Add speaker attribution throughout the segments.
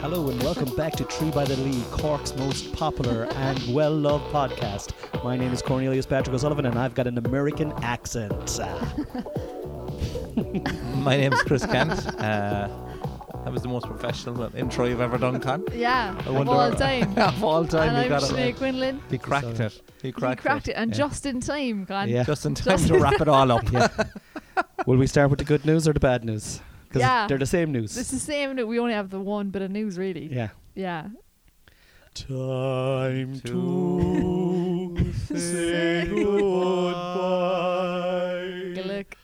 Speaker 1: Hello and welcome back to Tree by the Lee, Cork's most popular and well loved podcast. My name is Cornelius Patrick O'Sullivan and I've got an American accent. Ah,
Speaker 2: My name is Chris Kent. Uh, that was the most professional intro you've ever done, Con.
Speaker 3: Yeah,
Speaker 2: I
Speaker 3: of
Speaker 2: wonder-
Speaker 3: all time.
Speaker 2: of all time,
Speaker 3: and
Speaker 2: you
Speaker 3: I'm
Speaker 2: got it
Speaker 3: Sinead
Speaker 2: right.
Speaker 3: Quinlan.
Speaker 2: He cracked
Speaker 1: So-
Speaker 2: it. He
Speaker 3: You
Speaker 2: cracked,
Speaker 3: cracked it, and
Speaker 2: Yeah.
Speaker 3: just in time, Con.
Speaker 1: Yeah.
Speaker 2: Just in time
Speaker 3: Just-
Speaker 2: to wrap it all up.
Speaker 1: yeah. Will we start with the good news or the bad news? Because
Speaker 3: Yeah.
Speaker 1: they're the same news.
Speaker 3: It's the same that we only have the one bit of news, really.
Speaker 1: yeah.
Speaker 3: Yeah.
Speaker 1: Time
Speaker 2: to
Speaker 3: say Good
Speaker 1: goodbye.
Speaker 3: luck.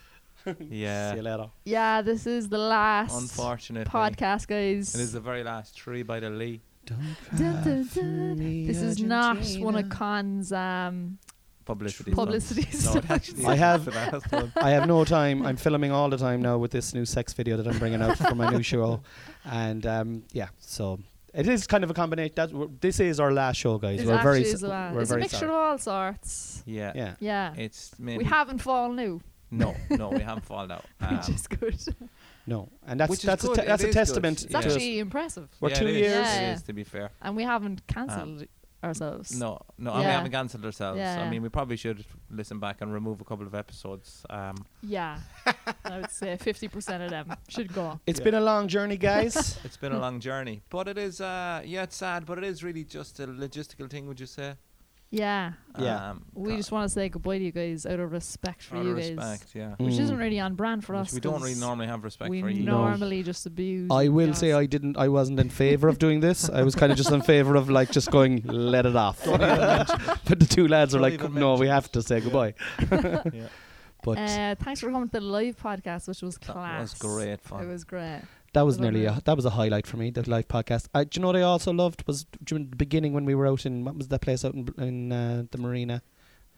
Speaker 1: See you
Speaker 2: Yeah.
Speaker 1: later.
Speaker 3: Yeah, this is the last
Speaker 2: Unfortunately,
Speaker 3: podcast, guys.
Speaker 2: it is the very last tree by the Lee.
Speaker 3: Dun, dun, dun. This is not one of Con's um,
Speaker 2: Publicity.
Speaker 3: publicity
Speaker 2: No, it
Speaker 3: stunts.
Speaker 2: actually
Speaker 1: I
Speaker 2: is
Speaker 1: have-
Speaker 2: the last one.
Speaker 1: I have no time. I'm filming all the time now with this new sex video that I'm bringing out for my new show, and um, yeah, so it is kind of a combination. That we're- this is our last show, guys.
Speaker 3: It's
Speaker 1: we're very,
Speaker 3: actually
Speaker 1: s-
Speaker 3: is the last.
Speaker 1: we're
Speaker 3: It's a
Speaker 1: very
Speaker 3: mixture
Speaker 1: sorry.
Speaker 3: of all sorts.
Speaker 2: Yeah.
Speaker 1: yeah.
Speaker 3: Yeah.
Speaker 2: It's
Speaker 3: we
Speaker 2: maybe.
Speaker 3: haven't fallen new,
Speaker 2: No, no, we haven't fallen out. Um,
Speaker 3: which is good. It's
Speaker 1: No, and that's
Speaker 2: Which is
Speaker 1: that's a
Speaker 2: good,
Speaker 1: te-
Speaker 2: it
Speaker 1: that's a
Speaker 2: is good.
Speaker 1: testament.
Speaker 2: It's
Speaker 1: to us.
Speaker 3: actually impressive.
Speaker 1: We're
Speaker 2: yeah,
Speaker 1: two
Speaker 2: it is,
Speaker 1: years.
Speaker 3: Yeah.
Speaker 2: It is, to be fair.
Speaker 3: And we haven't cancelled
Speaker 2: Um,
Speaker 3: ourselves.
Speaker 2: No, no, and we
Speaker 3: Yeah.
Speaker 2: haven't cancelled ourselves. I
Speaker 3: Yeah.
Speaker 2: mean, we probably should listen back and remove a couple of episodes. Um,
Speaker 3: Yeah. I would say 50% of them should go.
Speaker 1: It's
Speaker 2: Yeah.
Speaker 1: been a long journey, guys.
Speaker 2: it's been a long journey, but it is, uh, yeah, it's sad, but it is really just a logistical thing, would you say?
Speaker 3: Yeah.
Speaker 1: Yeah.
Speaker 2: Um,
Speaker 3: We
Speaker 2: ca-
Speaker 3: just want to say goodbye to you guys out of respect for
Speaker 2: out
Speaker 3: you
Speaker 2: of
Speaker 3: guys.
Speaker 2: respect, yeah.
Speaker 3: Which
Speaker 1: Mm.
Speaker 3: isn't really on brand for
Speaker 2: Which
Speaker 3: us.
Speaker 2: we don't
Speaker 3: 'cause
Speaker 2: really normally have respect
Speaker 3: we
Speaker 2: for you.
Speaker 1: No.
Speaker 3: normally just abuse.
Speaker 1: I
Speaker 3: and
Speaker 1: will say
Speaker 3: gossip.
Speaker 1: I didn't. I wasn't in favor of doing this. I was kind of just in favor of like just going let it off. but the two lads are
Speaker 2: Don't
Speaker 1: like,
Speaker 2: even
Speaker 1: no, we
Speaker 2: mention
Speaker 1: have to say goodbye.
Speaker 2: yeah.
Speaker 1: But
Speaker 3: Uh, thanks for coming to the live podcast, which was
Speaker 2: That
Speaker 3: class.
Speaker 2: was great fun.
Speaker 3: It was great.
Speaker 1: That was
Speaker 3: I love
Speaker 1: nearly
Speaker 3: it.
Speaker 1: a, that was a highlight for me. The live podcast. I, do you know what I also loved was during the beginning when we were out in what was that place out in, in uh, the marina?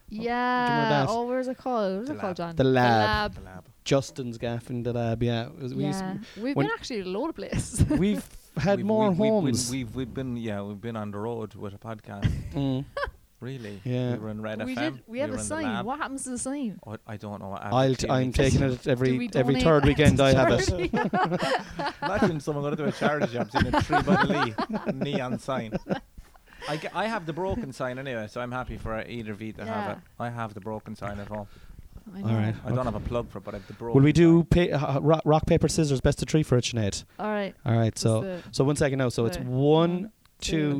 Speaker 3: Yeah.
Speaker 1: that?
Speaker 3: Oh, where's it called? Where's
Speaker 2: The
Speaker 3: it called,
Speaker 2: lab.
Speaker 3: John?
Speaker 1: The lab.
Speaker 2: The lab.
Speaker 1: Justin's gaff in the lab. Yeah, It was- we used-
Speaker 3: yeah. We've
Speaker 1: when-
Speaker 3: been actually a load of places.
Speaker 1: we've had
Speaker 2: We've-
Speaker 1: more
Speaker 2: we've- we've-
Speaker 1: homes.
Speaker 2: We've, we've, been, yeah, we've been on the road with a podcast,
Speaker 1: Mm.
Speaker 2: really.
Speaker 1: Yeah.
Speaker 2: We were in Red
Speaker 3: we
Speaker 2: FM.
Speaker 3: did. We have
Speaker 2: were
Speaker 3: a
Speaker 2: in the lab.
Speaker 3: sign. What happens to the sign?
Speaker 2: Oh, I don't know. I
Speaker 1: I'll t- I'm taking it
Speaker 3: Do
Speaker 1: every
Speaker 3: we
Speaker 1: every
Speaker 3: donate
Speaker 1: third
Speaker 3: that
Speaker 1: weekend.
Speaker 3: to
Speaker 1: I have it.
Speaker 3: charity?
Speaker 2: Imagine someone going to do a charity job seeing a tree by the lee neon sign. I, ge- I have the broken sign anyway, so I'm happy for either of you to have it. I have the broken sign at home.
Speaker 3: I
Speaker 1: All
Speaker 3: know.
Speaker 1: right.
Speaker 2: I don't have a plug for it, but I have the broken.
Speaker 1: Will we do
Speaker 2: sign.
Speaker 1: pa- uh, rock, rock paper scissors best of three for it, Sinead?
Speaker 3: All right.
Speaker 1: All right.
Speaker 3: Just
Speaker 1: So
Speaker 3: the-
Speaker 1: so one second now. So it's
Speaker 3: Right.
Speaker 1: one,
Speaker 3: two,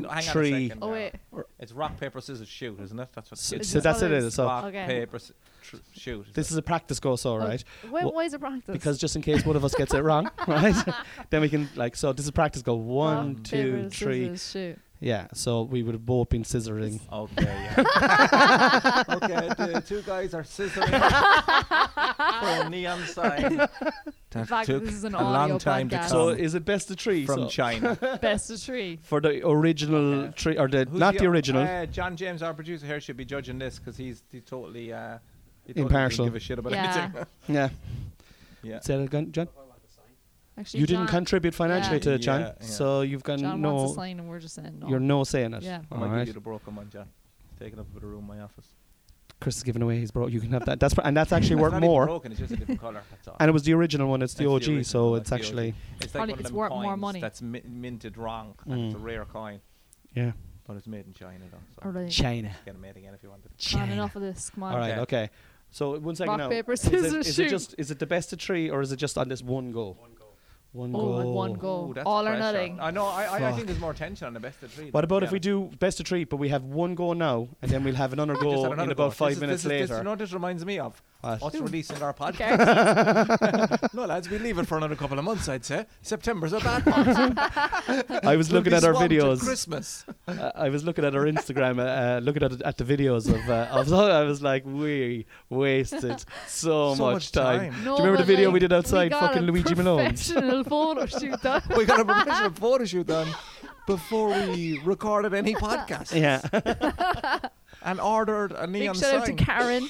Speaker 1: two,
Speaker 2: Hang on a
Speaker 1: three.
Speaker 2: second
Speaker 3: Oh
Speaker 2: now.
Speaker 3: wait.
Speaker 2: It's rock paper scissors shoot, isn't it? That's what.
Speaker 1: So,
Speaker 2: kids
Speaker 1: so
Speaker 2: do.
Speaker 3: it
Speaker 1: that's it.
Speaker 3: colours?
Speaker 1: It is. So
Speaker 2: rock
Speaker 3: Okay.
Speaker 2: paper s- tr- shoot.
Speaker 1: this is a practice go. So
Speaker 3: Oh,
Speaker 1: right.
Speaker 3: When,
Speaker 1: Wha-
Speaker 3: why is it practice?
Speaker 1: because just in case one of us gets it wrong, right? then we can like so. This is practice. Go one,
Speaker 2: Rock,
Speaker 1: two, three.
Speaker 3: paper, scissors, shoot.
Speaker 1: Yeah. So we would have both been scissoring.
Speaker 2: Okay. Yeah. okay. uh, The two guys are scissoring for a neon sign.
Speaker 3: In
Speaker 2: That
Speaker 3: fact,
Speaker 2: took
Speaker 3: this is an
Speaker 2: a
Speaker 3: audio
Speaker 2: long time to
Speaker 3: podcast.
Speaker 1: So
Speaker 2: Um,
Speaker 1: is it best of three
Speaker 2: from
Speaker 1: so-
Speaker 2: China.
Speaker 3: Best of three.
Speaker 1: for the original
Speaker 2: Okay.
Speaker 1: three or the
Speaker 2: Who's
Speaker 1: not the, original?
Speaker 2: Uh, John James, our producer here, should be judging this because he's he totally. Uh, he totally
Speaker 1: Impartial.
Speaker 2: Doesn't give a shit about
Speaker 3: Yeah.
Speaker 2: anything.
Speaker 1: yeah.
Speaker 2: yeah.
Speaker 1: Say that again, John.
Speaker 3: Actually,
Speaker 1: You
Speaker 3: John,
Speaker 1: didn't contribute financially
Speaker 3: Yeah.
Speaker 1: to it, John,
Speaker 2: Yeah, yeah.
Speaker 1: so you've got
Speaker 3: John wants
Speaker 1: no.
Speaker 3: a sign, and we're just saying no.
Speaker 1: You're no saying it.
Speaker 3: Yeah.
Speaker 2: I
Speaker 1: All
Speaker 2: might give
Speaker 1: right.
Speaker 2: you the broken one, John. Taking up a bit of room in my office.
Speaker 1: Chris is giving away his bro. You can have that. That's pr- and that's actually
Speaker 2: It's
Speaker 1: worth
Speaker 2: not even
Speaker 1: more.
Speaker 2: Broken, it's just a different color. That's all.
Speaker 1: And it was the original one. It's the
Speaker 2: That's the
Speaker 1: OG,
Speaker 2: original
Speaker 1: so
Speaker 2: one,
Speaker 1: it's
Speaker 2: the OG.
Speaker 1: actually
Speaker 2: it's like
Speaker 3: Probably
Speaker 2: one of
Speaker 3: it's
Speaker 2: them
Speaker 3: worth more
Speaker 2: coins
Speaker 3: money.
Speaker 2: That's mi- minted wrong. and It's a
Speaker 1: Mm.
Speaker 2: rare coin,
Speaker 1: yeah.
Speaker 2: but it's made in China though. So
Speaker 3: All right.
Speaker 1: China.
Speaker 2: Get it made again if you wanted.
Speaker 3: Come on,
Speaker 1: China.
Speaker 3: enough of this. Come on.
Speaker 1: All right,
Speaker 2: Okay.
Speaker 1: okay. So one second
Speaker 3: Rock,
Speaker 1: now.
Speaker 3: paper,
Speaker 1: Is it-
Speaker 3: scissors,
Speaker 1: is it,
Speaker 3: shoot.
Speaker 1: just is it the best of three or is it just on this one go? One
Speaker 3: Oh,
Speaker 1: goal.
Speaker 3: one- one goal. Go. All or nothing.
Speaker 2: I know. I, I, I
Speaker 1: Fuck.
Speaker 2: think there's more tension on the best of three.
Speaker 1: What
Speaker 2: though,
Speaker 1: about
Speaker 2: to
Speaker 1: if
Speaker 2: be
Speaker 1: we do best of three, but we have one go now, and then we'll have another
Speaker 2: honest.
Speaker 1: go
Speaker 2: Just
Speaker 1: in
Speaker 2: had another
Speaker 1: about
Speaker 2: go.
Speaker 1: five
Speaker 2: This is-
Speaker 1: minutes
Speaker 2: this is-
Speaker 1: later? Uh,
Speaker 2: This, you know what this reminds me of?
Speaker 1: What?
Speaker 2: Us releasing our podcast.
Speaker 3: Okay.
Speaker 2: no, lads, we leave it for another couple of months, I'd say. September's a bad month.
Speaker 1: I was
Speaker 2: We'll
Speaker 1: looking
Speaker 2: be
Speaker 1: at our
Speaker 2: swamped
Speaker 1: videos.
Speaker 2: Christmas.
Speaker 1: Uh, I was looking at our Instagram, uh, uh, looking at at the videos of. Uh, I, was, I was like, we wasted so,
Speaker 2: So much time.
Speaker 3: No,
Speaker 1: Do you remember the
Speaker 3: but,
Speaker 1: video
Speaker 3: like,
Speaker 1: we did outside
Speaker 3: got
Speaker 1: fucking
Speaker 3: a
Speaker 1: Luigi Malone?
Speaker 3: Professional photo shoot. That.
Speaker 2: we got a professional photo shoot done before we recorded any podcast.
Speaker 1: Yeah.
Speaker 2: And ordered a
Speaker 3: Big
Speaker 2: neon
Speaker 3: shout
Speaker 2: sign.
Speaker 3: out to Karen.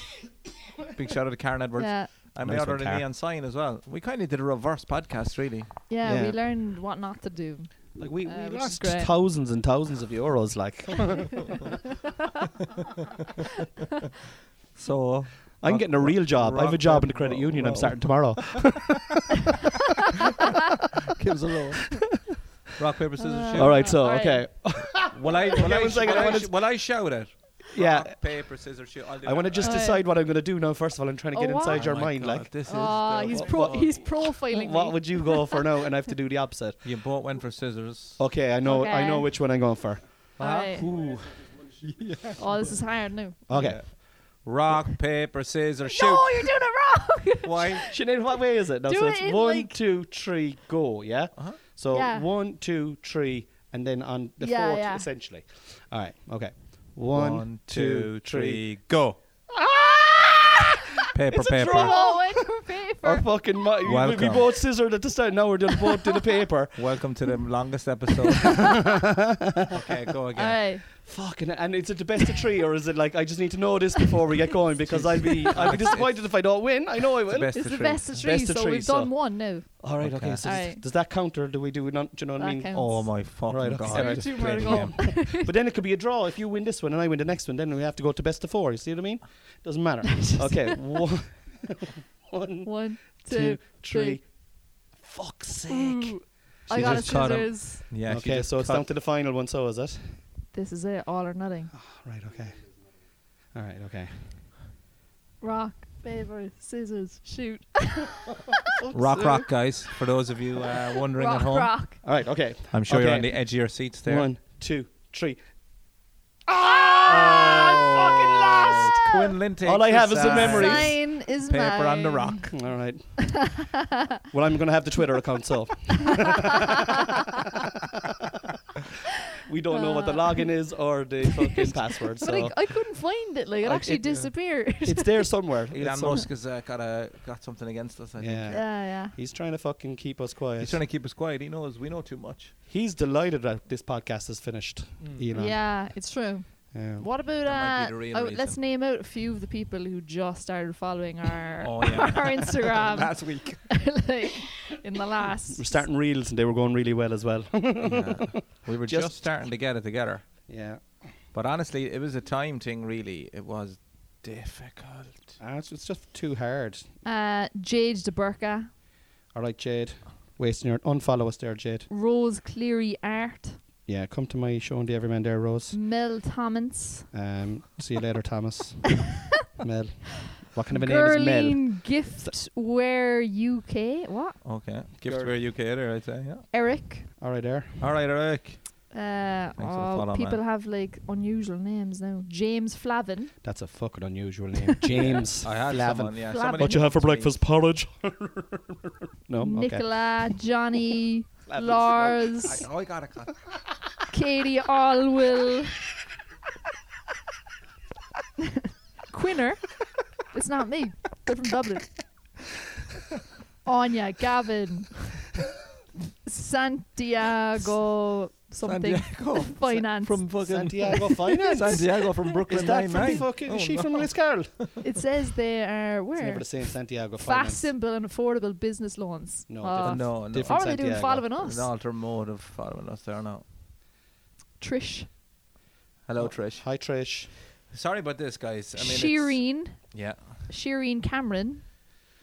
Speaker 2: Big shout out to Karen Edwards.
Speaker 3: yeah.
Speaker 2: And
Speaker 1: Nice
Speaker 2: we
Speaker 1: one,
Speaker 2: ordered a
Speaker 1: Karen.
Speaker 2: neon sign as well. We kind of did a reverse podcast, really.
Speaker 3: yeah,
Speaker 1: Yeah.
Speaker 3: We learned what not to do.
Speaker 1: Like we,
Speaker 3: Uh,
Speaker 1: we
Speaker 3: which is
Speaker 1: lost
Speaker 3: great.
Speaker 1: thousands and thousands of euros. Like
Speaker 2: So
Speaker 1: I'm getting a real job. I have a
Speaker 2: rock
Speaker 1: job in
Speaker 2: and
Speaker 1: the credit
Speaker 2: roll.
Speaker 1: union. I'm
Speaker 2: Wow.
Speaker 1: starting tomorrow.
Speaker 2: gives a low. Rock, paper,
Speaker 3: Uh,
Speaker 2: scissors, shoot.
Speaker 1: All right, so
Speaker 3: All right.
Speaker 1: okay,
Speaker 2: Will I, will,
Speaker 1: Yeah,
Speaker 2: I,
Speaker 1: one
Speaker 2: sh-
Speaker 1: second,
Speaker 2: will,
Speaker 1: I
Speaker 2: I,
Speaker 1: wanna
Speaker 2: sh-
Speaker 1: s-
Speaker 2: will I shout it?
Speaker 1: yeah.
Speaker 2: Rock, paper, scissors, shoot. I'll do
Speaker 1: I want to just
Speaker 3: All right.
Speaker 1: decide what I'm going to do now. First of all, I'm trying to
Speaker 3: Oh,
Speaker 1: get
Speaker 3: wow.
Speaker 1: inside your mind, like.
Speaker 2: This is
Speaker 3: Ah, he's
Speaker 2: the-
Speaker 3: pro- he's profiling
Speaker 1: What
Speaker 3: me.
Speaker 1: would you go for now? And I have to do the opposite.
Speaker 2: You both went for scissors. Ah,
Speaker 1: Okay, I know. I know
Speaker 3: Okay.
Speaker 1: which one I'm going for.
Speaker 3: All right.
Speaker 2: Ooh.
Speaker 3: Oh, this is hard now.
Speaker 1: Okay.
Speaker 2: Yeah. Rock, paper, scissors, shoot.
Speaker 3: No, you're doing it wrong.
Speaker 2: Why?
Speaker 1: Sinead, what way is it? No,
Speaker 3: Do
Speaker 1: so
Speaker 3: it
Speaker 1: it's
Speaker 3: in,
Speaker 1: one,
Speaker 3: like-
Speaker 1: two, three, go. Yeah.
Speaker 2: Uh-huh.
Speaker 1: So
Speaker 3: Yeah.
Speaker 1: one, two, three, and then on the
Speaker 3: Yeah,
Speaker 1: fourth,
Speaker 3: yeah.
Speaker 1: essentially. All right. Okay. One, two, three.
Speaker 2: go. paper,
Speaker 1: It's a
Speaker 2: paper.
Speaker 1: draw.
Speaker 3: Ah! oh, wait for paper.
Speaker 1: Our fucking mi- we, we
Speaker 2: Welcome.
Speaker 1: both scissored at the start. Now we're doing both to the paper.
Speaker 2: Welcome to the longest episode. okay, go
Speaker 3: All
Speaker 2: again.
Speaker 3: right.
Speaker 1: Fucking and is it the best of three or is it like I just need to know this before we get going because I'll be I'll be
Speaker 2: It's-
Speaker 1: disappointed if I don't win. I know I will.
Speaker 2: best
Speaker 3: It's
Speaker 2: of
Speaker 3: the
Speaker 2: three.
Speaker 3: best of three,
Speaker 1: Best of
Speaker 3: so
Speaker 1: three,
Speaker 3: we've
Speaker 1: so-
Speaker 3: done one now.
Speaker 1: All right. Okay.
Speaker 2: Okay.
Speaker 1: so
Speaker 3: All
Speaker 1: does-
Speaker 3: right.
Speaker 1: Does that count or do we do we not? Do you know what I
Speaker 3: That
Speaker 1: mean?
Speaker 3: counts.
Speaker 2: Oh my fucking
Speaker 1: Right, okay.
Speaker 2: god!
Speaker 1: Sorry,
Speaker 2: I
Speaker 3: two
Speaker 2: just
Speaker 3: more
Speaker 2: played
Speaker 3: to go.
Speaker 2: again.
Speaker 1: But then it could be a draw. If you win this one and I win the next one, then we have to go to best of four. You see what I mean? Doesn't matter. okay. One, one,
Speaker 3: One,
Speaker 1: two,
Speaker 3: two,
Speaker 1: three.
Speaker 3: three. Mm.
Speaker 1: Fuck's
Speaker 3: Ooh,
Speaker 1: sake.
Speaker 3: I
Speaker 2: She
Speaker 3: got a
Speaker 2: just caught him.
Speaker 3: scissors.
Speaker 2: Yeah. she
Speaker 1: okay,
Speaker 2: just
Speaker 1: so it's
Speaker 2: cut-
Speaker 1: down to the final one, so is it?
Speaker 3: This is it, all or nothing.
Speaker 1: Right, okay. All right, okay.
Speaker 3: Rock, paper, scissors, shoot.
Speaker 2: rock, rock, guys. For those of you uh, wondering
Speaker 3: rock,
Speaker 2: at home,
Speaker 3: rock.
Speaker 1: All right, okay.
Speaker 2: I'm sure you're
Speaker 1: Okay.
Speaker 2: on the edge of your seats there.
Speaker 1: One, two, three.
Speaker 3: Ah,
Speaker 2: Oh, fucking lost. Quinn uh, Linton.
Speaker 1: All I have is the memories. Memories.
Speaker 3: Mine is
Speaker 2: Paper on the
Speaker 3: mine.
Speaker 2: rock.
Speaker 1: All right. well, I'm going to have the Twitter account, so. we don't know what the login is or the fucking password,
Speaker 3: But
Speaker 1: so.
Speaker 3: I, I couldn't find it. Like it
Speaker 1: I-
Speaker 3: actually
Speaker 1: it-
Speaker 3: disappeared. yeah,
Speaker 1: it's there somewhere.
Speaker 2: Elon
Speaker 1: It's some-
Speaker 2: Musk has uh, got a got something against us. I think.
Speaker 1: Yeah.
Speaker 3: yeah.
Speaker 1: He's trying to fucking keep us quiet. He's,
Speaker 2: He's trying to keep us quiet. He knows we know too much.
Speaker 1: delighted that this podcast is finished, Elon.
Speaker 3: Yeah, it's true.
Speaker 1: Yeah.
Speaker 3: What about
Speaker 2: That might be
Speaker 3: uh,
Speaker 2: the real
Speaker 3: I w- let's
Speaker 2: reason.
Speaker 3: name out a few of the people who just started following our
Speaker 2: Oh, yeah.
Speaker 3: our Instagram
Speaker 2: Last week.
Speaker 3: like, in the last
Speaker 1: We're starting reels and they were going really well as well.
Speaker 2: We were
Speaker 1: Just-
Speaker 2: just starting to get it together.
Speaker 1: yeah.
Speaker 2: But honestly, it was a time thing, really. It was difficult.
Speaker 1: Ah, it's, it's just too hard.
Speaker 3: uh, Jade DeBurka,
Speaker 1: All right, Jade. Wasting your unfollow us there, Jade.
Speaker 3: Rose Cleary Art,
Speaker 1: Yeah, come to my show on the Everyman there, Rose.
Speaker 3: Mel Thomas,
Speaker 1: Um, see you later, Thomas. Mel. What kind of a name is Mel?
Speaker 3: Girlene Giftware UK, what?
Speaker 2: Okay. Give
Speaker 1: Girl.
Speaker 2: to our UK there, I'd say. Yeah.
Speaker 3: Eric.
Speaker 1: All right, there.
Speaker 2: All right, Eric.
Speaker 3: Uh,
Speaker 2: for the
Speaker 3: oh,
Speaker 2: follow,
Speaker 3: people
Speaker 2: man.
Speaker 3: have like unusual names now. James Flavin.
Speaker 1: That's a fucking unusual name, James.
Speaker 2: I had
Speaker 1: Flavin.
Speaker 2: someone. Yeah.
Speaker 3: Flavin.
Speaker 2: Somebody
Speaker 1: What you have for
Speaker 2: to me.
Speaker 1: breakfast porridge? no, Oh, okay.
Speaker 3: Nicola, Johnny,
Speaker 1: Flavin's-
Speaker 3: Lars,
Speaker 2: I, I got a cut.
Speaker 3: Katie Allwill, Quinner. It's not me. They're from Dublin. Anya, Gavin, Santiago, something.
Speaker 2: Santiago.
Speaker 3: Finance.
Speaker 2: From fucking
Speaker 1: Santiago Finance.
Speaker 2: Santiago from Brooklyn
Speaker 1: Is that from the
Speaker 2: Nine-Nine.
Speaker 1: fucking?
Speaker 2: Oh,
Speaker 1: is she
Speaker 2: no.
Speaker 1: from Liz Carroll?
Speaker 3: It says they are
Speaker 1: It's
Speaker 3: where
Speaker 1: never the same Santiago
Speaker 3: fast,
Speaker 1: Finance.
Speaker 3: simple, and affordable business loans.
Speaker 1: No,
Speaker 3: Ah.
Speaker 2: Oh, no, no.
Speaker 3: How
Speaker 1: Different
Speaker 3: are they doing
Speaker 1: Santiago.
Speaker 3: following
Speaker 2: There's
Speaker 3: us?
Speaker 2: An alter mode of following us there now.
Speaker 3: Trish,
Speaker 2: Hello, Trish.
Speaker 1: Hi Trish.
Speaker 2: Sorry about this, guys. I mean, it's-
Speaker 3: Shireen,
Speaker 2: Yeah.
Speaker 3: Shireen Cameron,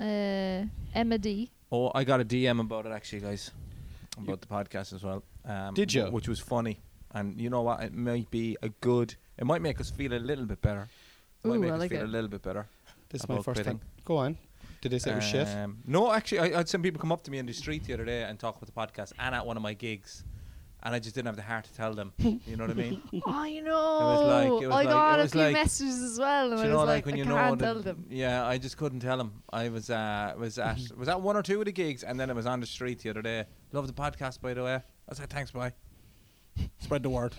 Speaker 3: uh, Emma D.
Speaker 2: Oh, I got a DM about it actually, guys, about the podcast as well. Um,
Speaker 1: Did you?
Speaker 2: wh- Which was funny, and you know what? It might be a good. It might make us feel a little bit better. It might
Speaker 3: Ooh,
Speaker 2: make
Speaker 3: I
Speaker 2: us
Speaker 3: like
Speaker 2: feel
Speaker 3: it.
Speaker 2: a little bit better.
Speaker 1: This is my
Speaker 2: About
Speaker 1: first
Speaker 2: quitting.
Speaker 1: time. Go on. Did they say it was shit?
Speaker 2: Um, No, actually, I, I had some people come up to me in the street the other day and talk about the podcast, and at one of my gigs, and I just didn't have the heart to tell them. You know what I mean?
Speaker 3: Oh, I
Speaker 2: like-
Speaker 3: know.
Speaker 2: it was
Speaker 3: I
Speaker 2: like-
Speaker 3: got
Speaker 2: it
Speaker 3: a
Speaker 2: was
Speaker 3: few
Speaker 2: like-
Speaker 3: messages as well, and
Speaker 2: Do
Speaker 3: I
Speaker 2: you
Speaker 3: was
Speaker 2: know,
Speaker 3: like,
Speaker 2: like, when
Speaker 3: I
Speaker 2: you know,
Speaker 3: can't
Speaker 2: that-
Speaker 3: tell them.
Speaker 2: Yeah, I just couldn't tell them. I was, uh, was at, was at one or two of the gigs, and then I was on the street the other day. Love the podcast, by the way. I was like, thanks, bye. Spread the word.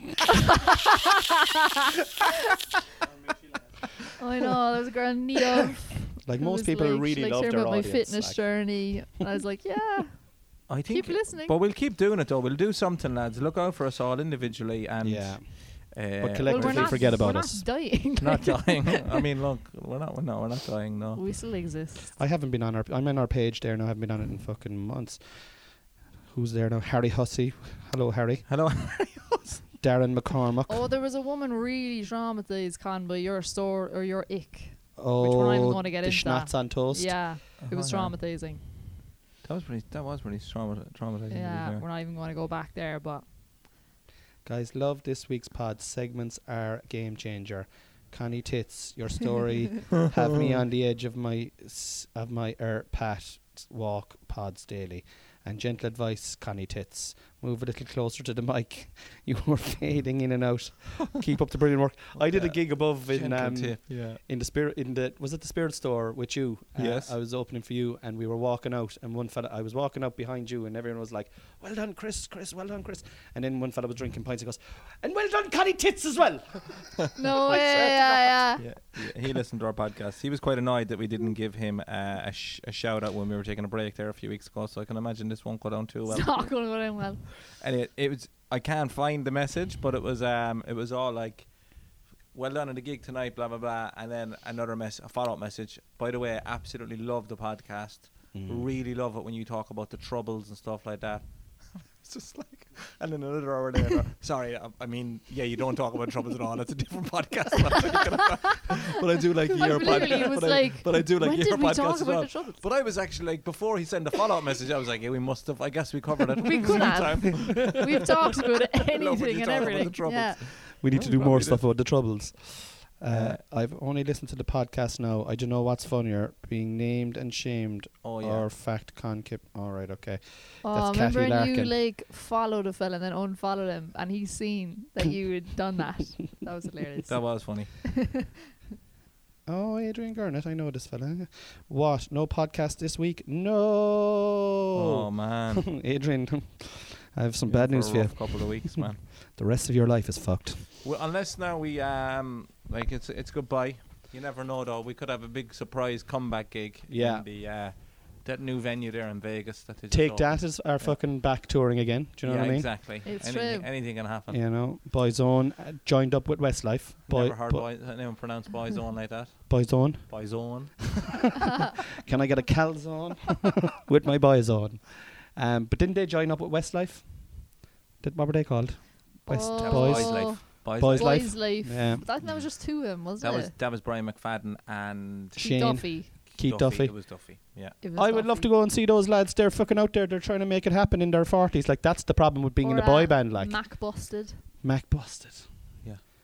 Speaker 3: I know. There was a girl need
Speaker 1: Like most people really
Speaker 3: like,
Speaker 1: love
Speaker 3: sharing
Speaker 1: their
Speaker 3: about
Speaker 1: audience.
Speaker 3: my fitness
Speaker 1: like.
Speaker 3: journey. And I was like, yeah,
Speaker 2: I think.
Speaker 3: keep listening.
Speaker 2: But we'll keep doing it though. We'll do something, lads. Look out for us all individually and
Speaker 1: Yeah.
Speaker 2: uh,
Speaker 1: But
Speaker 3: well, we're
Speaker 1: collectively
Speaker 3: not,
Speaker 1: forget
Speaker 3: we're
Speaker 1: about
Speaker 3: not
Speaker 1: us.
Speaker 3: dying.
Speaker 2: not dying. I mean, look, we're not. No, we're not dying. No.
Speaker 3: we still exist.
Speaker 1: I haven't been on our. I'm on our page there now. I haven't been on it in fucking months. Who's there now? Harry Hussey. Hello, Harry.
Speaker 2: Hello.
Speaker 1: Darren McCormack.
Speaker 3: Oh, there was a woman really traumatized, Con, by your store or your ick.
Speaker 1: Oh,
Speaker 3: which one I'm gonna get
Speaker 1: the
Speaker 3: into.
Speaker 1: schnatz on toast.
Speaker 2: Uh-huh.
Speaker 3: Yeah, it was
Speaker 2: Hang on.
Speaker 3: traumatizing.
Speaker 2: That was pretty. That was pretty trauma- traumatizing. to be
Speaker 3: Yeah,
Speaker 2: fair.
Speaker 3: we're not even going to go back there, but
Speaker 1: Guys, love this week's pod. Segments are game changer. Connie Tits, your story have me on the edge of my s- of my er pat walk pods daily. And gentle advice, Connie Tits. Move a little closer to the mic. You were fading in and out. Keep up the brilliant work. I did a
Speaker 2: Yeah.
Speaker 1: gig above in
Speaker 2: Gentle
Speaker 1: um,
Speaker 2: tip, yeah.
Speaker 1: in the spirit in the was it the spirit store with you Uh,
Speaker 2: Yes.
Speaker 1: i was opening for you and we were walking out and one fella i was walking out behind you and everyone was like well done chris chris well done chris and then one fella was drinking pints and goes and well done connie tits as well
Speaker 3: no way. Yeah, yeah.
Speaker 2: Yeah, yeah, he listened to our podcast. He was quite annoyed that we didn't give him uh, a, sh- a shout out when we were taking a break there a few weeks ago. So I can imagine this won't go down too well.
Speaker 3: It's not going to go down well.
Speaker 2: and it, it was I can't find the message, but it was um it was all like, well done on the gig tonight, blah blah blah, and then another mess a follow up message. By the way, absolutely love the podcast. Really love it when you talk about the troubles and stuff like that. it's just like, and then another hour later. sorry, I, I mean, yeah, you don't talk about troubles at all. That's a different podcast. but I do like
Speaker 3: I
Speaker 2: your
Speaker 3: literally
Speaker 2: podcast.
Speaker 3: was
Speaker 2: But, I-
Speaker 3: like,
Speaker 2: but I do like
Speaker 3: when
Speaker 2: your
Speaker 3: did we
Speaker 2: podcast
Speaker 3: talk
Speaker 2: as
Speaker 3: about
Speaker 2: well.
Speaker 3: the troubles?
Speaker 2: But I was actually like, before he sent the follow up message, I was like, yeah, we must have. I guess we covered it.
Speaker 3: We could have.
Speaker 2: Sometime.
Speaker 3: We've talked about
Speaker 2: Love when
Speaker 3: anything
Speaker 2: you
Speaker 3: and
Speaker 2: talk about the
Speaker 3: everything.
Speaker 2: troubles.
Speaker 3: yeah.
Speaker 1: we need
Speaker 2: Oh,
Speaker 1: to do
Speaker 2: well,
Speaker 1: more
Speaker 2: we
Speaker 1: stuff about the troubles uh,
Speaker 2: Uh,
Speaker 1: I've only listened to the podcast now. I don't know what's funnier, being named and shamed
Speaker 2: Oh yeah.
Speaker 1: or fact con kip. All right, okay.
Speaker 3: Oh,
Speaker 1: That's Cathy
Speaker 3: remember when you
Speaker 1: Larkin.
Speaker 3: like followed a fella and then unfollowed him, and he seen that you had done that. That was hilarious.
Speaker 2: that was funny.
Speaker 1: Oh, Adrian Garnett, I know this fella. What? No podcast this week? No.
Speaker 2: Oh, man.
Speaker 1: Adrian, I have some
Speaker 2: Yeah,
Speaker 1: bad news for
Speaker 2: a
Speaker 1: you.
Speaker 2: rough Couple of weeks, man.
Speaker 1: The rest of your life is fucked.
Speaker 2: well, unless now we um like it's it's goodbye. You never know though. We could have a big surprise comeback gig.
Speaker 1: Yeah.
Speaker 2: In the uh, that new venue there in Vegas. That they just
Speaker 1: Take
Speaker 2: opened.
Speaker 1: that as our fucking back touring again. Do you know
Speaker 2: yeah,
Speaker 1: what I mean?
Speaker 2: Exactly.
Speaker 3: It's
Speaker 2: anything,
Speaker 3: true.
Speaker 2: anything can happen.
Speaker 1: You know, Boyzone uh, joined up with Westlife. Boy,
Speaker 2: Never heard
Speaker 1: Bo-
Speaker 2: boy, anyone pronounce Boyzone like that.
Speaker 1: Boyzone.
Speaker 2: Boyzone.
Speaker 1: Can I get a calzone with my Boyzone? Um, but didn't they join up with Westlife? Did, what were they called? West
Speaker 3: oh,
Speaker 1: Boys.
Speaker 2: Boys Life. Boys.
Speaker 1: Boys
Speaker 3: Boys
Speaker 1: Life.
Speaker 3: life.
Speaker 1: Yeah.
Speaker 3: But I think that was just two of them, wasn't
Speaker 2: That
Speaker 3: it?
Speaker 2: was that was Brian McFadden and
Speaker 1: Sh-
Speaker 3: Keith
Speaker 1: Shane.
Speaker 3: Duffy.
Speaker 1: Keith Duffy.
Speaker 2: It was Duffy. Yeah.
Speaker 3: It was
Speaker 1: I would love to
Speaker 3: Duffy.
Speaker 1: go and see those lads. They're fucking out there. They're trying to make it happen in their forties. Like that's the problem with being in
Speaker 3: Or,
Speaker 1: a boy
Speaker 3: uh,
Speaker 1: band. Like Mac,
Speaker 3: Mac busted.
Speaker 1: busted.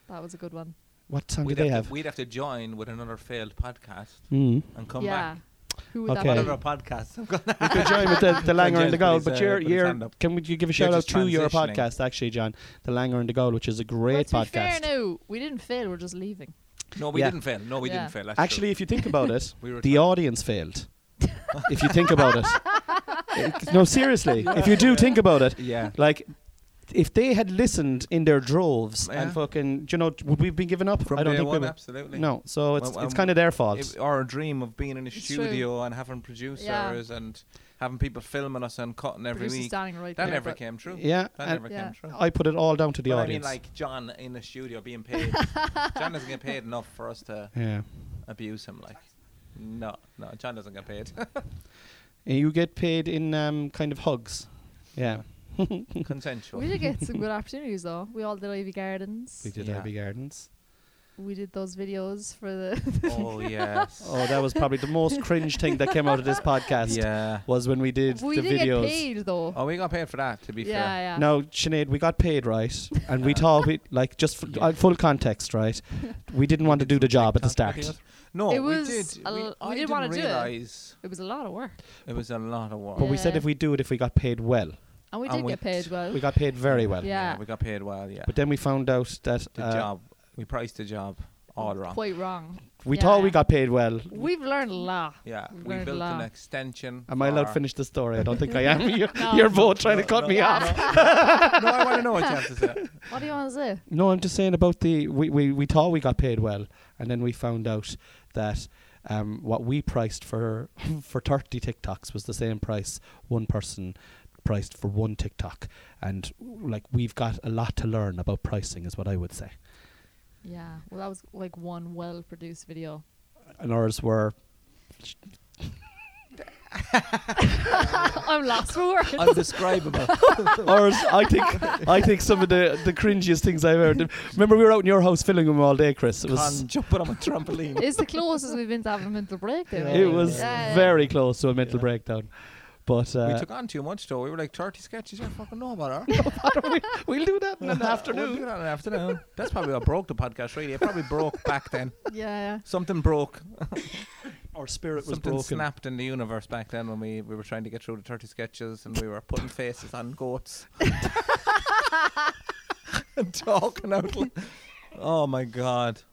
Speaker 3: That was a good one.
Speaker 1: What song
Speaker 2: We'd
Speaker 1: did they
Speaker 2: have
Speaker 1: have?
Speaker 2: to, we'd have to join with another failed podcast
Speaker 1: Mm.
Speaker 2: and come back.
Speaker 3: yeah. Who would
Speaker 1: Okay.
Speaker 2: What
Speaker 3: that
Speaker 2: other
Speaker 3: be?
Speaker 2: podcasts have
Speaker 1: We could join with the, the Langer and the
Speaker 2: James,
Speaker 1: Goal,
Speaker 2: please,
Speaker 1: but
Speaker 2: uh,
Speaker 1: you're,
Speaker 2: put his
Speaker 1: you're
Speaker 2: hand up.
Speaker 1: can we you give a shout out
Speaker 2: just
Speaker 1: to your
Speaker 2: transitioning.
Speaker 1: podcast actually, John? The Langer and the Goal, which is a
Speaker 3: Well,
Speaker 1: great
Speaker 3: to be fair
Speaker 1: podcast.
Speaker 3: now, we didn't fail, we're just leaving.
Speaker 2: No, we
Speaker 1: Yeah.
Speaker 2: didn't fail. No, we
Speaker 3: Yeah.
Speaker 2: didn't fail. That's
Speaker 1: actually, if you think about it,
Speaker 2: true. we were
Speaker 1: the
Speaker 2: trying-
Speaker 1: audience failed. if you think about it, It- no, seriously, if you do think about it,
Speaker 2: yeah.
Speaker 1: like if they had listened in their droves
Speaker 2: Yeah.
Speaker 1: and fucking, you know, would we've been given up?
Speaker 2: From
Speaker 1: I don't
Speaker 2: day
Speaker 1: think we
Speaker 2: one,
Speaker 1: would.
Speaker 2: absolutely.
Speaker 1: No, so it's
Speaker 2: Well,
Speaker 1: it's
Speaker 2: um,
Speaker 1: kind of their fault.
Speaker 2: It, our dream of being in a
Speaker 3: It's true.
Speaker 2: studio and having producers and having people filming us and cutting every
Speaker 3: Producer's
Speaker 2: week.
Speaker 3: standing right
Speaker 2: That
Speaker 3: there,
Speaker 2: never
Speaker 3: but-
Speaker 2: came true.
Speaker 1: yeah,
Speaker 2: That
Speaker 1: and
Speaker 2: never
Speaker 3: Yeah.
Speaker 2: came true.
Speaker 1: I put it all down to the
Speaker 2: But I mean,
Speaker 1: audience.
Speaker 2: like John in the studio being paid. John doesn't get paid enough for us to
Speaker 1: yeah.
Speaker 2: abuse him. Like, no, no, John doesn't get paid.
Speaker 1: And You get paid in um, kind of hugs. Yeah.
Speaker 2: Consensual.
Speaker 3: We did get some good opportunities though. We all did Ivy Gardens.
Speaker 2: did
Speaker 1: in
Speaker 2: that.
Speaker 1: Abbey Gardens.
Speaker 3: We did those videos for the
Speaker 2: Oh yes.
Speaker 1: Oh, that was probably the most cringe thing that came out of this podcast
Speaker 2: yeah.
Speaker 1: was when we did
Speaker 3: We
Speaker 1: the
Speaker 3: did
Speaker 1: videos.
Speaker 3: get paid though.
Speaker 2: Oh, we got paid for that. To be
Speaker 3: yeah,
Speaker 2: fair.
Speaker 3: yeah.
Speaker 1: Now, Sinead, we got paid, right? And we
Speaker 2: Uh,
Speaker 1: thought we like just f-
Speaker 2: yeah.
Speaker 1: uh, full context, right? We didn't want to do the job at the
Speaker 2: TikTok
Speaker 1: start.
Speaker 2: videos. No,
Speaker 3: It
Speaker 2: we
Speaker 3: was
Speaker 2: did.
Speaker 3: a
Speaker 2: we,
Speaker 3: l- we
Speaker 2: I
Speaker 3: didn't
Speaker 2: didn't
Speaker 3: wanna do it.
Speaker 2: realize
Speaker 3: It was a lot of work.
Speaker 2: it. was a lot of work.
Speaker 1: But we said
Speaker 3: Yeah.
Speaker 1: if we do it, if we got paid well,
Speaker 3: And we
Speaker 2: And
Speaker 3: did
Speaker 2: we
Speaker 3: get paid
Speaker 2: t-
Speaker 3: well.
Speaker 1: we got paid very well.
Speaker 3: yeah.
Speaker 2: we got paid well. Yeah,
Speaker 1: But then we found out that
Speaker 2: the
Speaker 1: uh,
Speaker 2: job we priced the job all wrong.
Speaker 3: Quite wrong.
Speaker 1: we
Speaker 3: Yeah.
Speaker 1: thought we got paid well.
Speaker 3: We've learned a lot.
Speaker 2: Yeah,
Speaker 3: We
Speaker 2: we
Speaker 3: learned a
Speaker 2: built an
Speaker 3: lot.
Speaker 2: extension.
Speaker 1: Am I allowed
Speaker 2: for-
Speaker 1: to finish the story? I don't think I am. You're,
Speaker 3: No.
Speaker 1: you're both trying to cut me
Speaker 2: no,
Speaker 1: off.
Speaker 2: No, no, I want to know what you have to say.
Speaker 3: What do you want to say?
Speaker 1: No, I'm just saying about the we, we, we thought we got paid well, and then we found out that um, what we priced for for 30 TikToks was the same price one person priced for one TikTok, and like we've got a lot to learn about pricing, is what I would say.
Speaker 3: Yeah. Well, that was like one well produced video.
Speaker 1: And ours were
Speaker 3: I'm lost for words.
Speaker 2: Undescribable.
Speaker 1: ours. I think I think some of the the cringiest things I've ever. Done. Remember, we were out in your house filming them all day, Chris. It was
Speaker 2: Con jumping on a trampoline.
Speaker 3: It's the closest we've been to having a mental breakdown.
Speaker 1: it was
Speaker 3: Yeah, yeah.
Speaker 1: very close to a mental
Speaker 2: Yeah.
Speaker 1: breakdown. But
Speaker 2: we
Speaker 1: uh,
Speaker 2: took on too much though. We were like thirty sketches. You fucking know about her.
Speaker 1: we'll do that in an
Speaker 2: We'll do
Speaker 1: afternoon.
Speaker 2: that in an afternoon. That's probably what broke the podcast. Really, it probably broke back then.
Speaker 3: yeah,
Speaker 2: Something broke.
Speaker 1: Our spirit was
Speaker 2: Something
Speaker 1: broken.
Speaker 2: snapped in the universe back then when we, we were trying to get through the 30 sketches and we were putting faces on goats and talking out. Li- oh my god.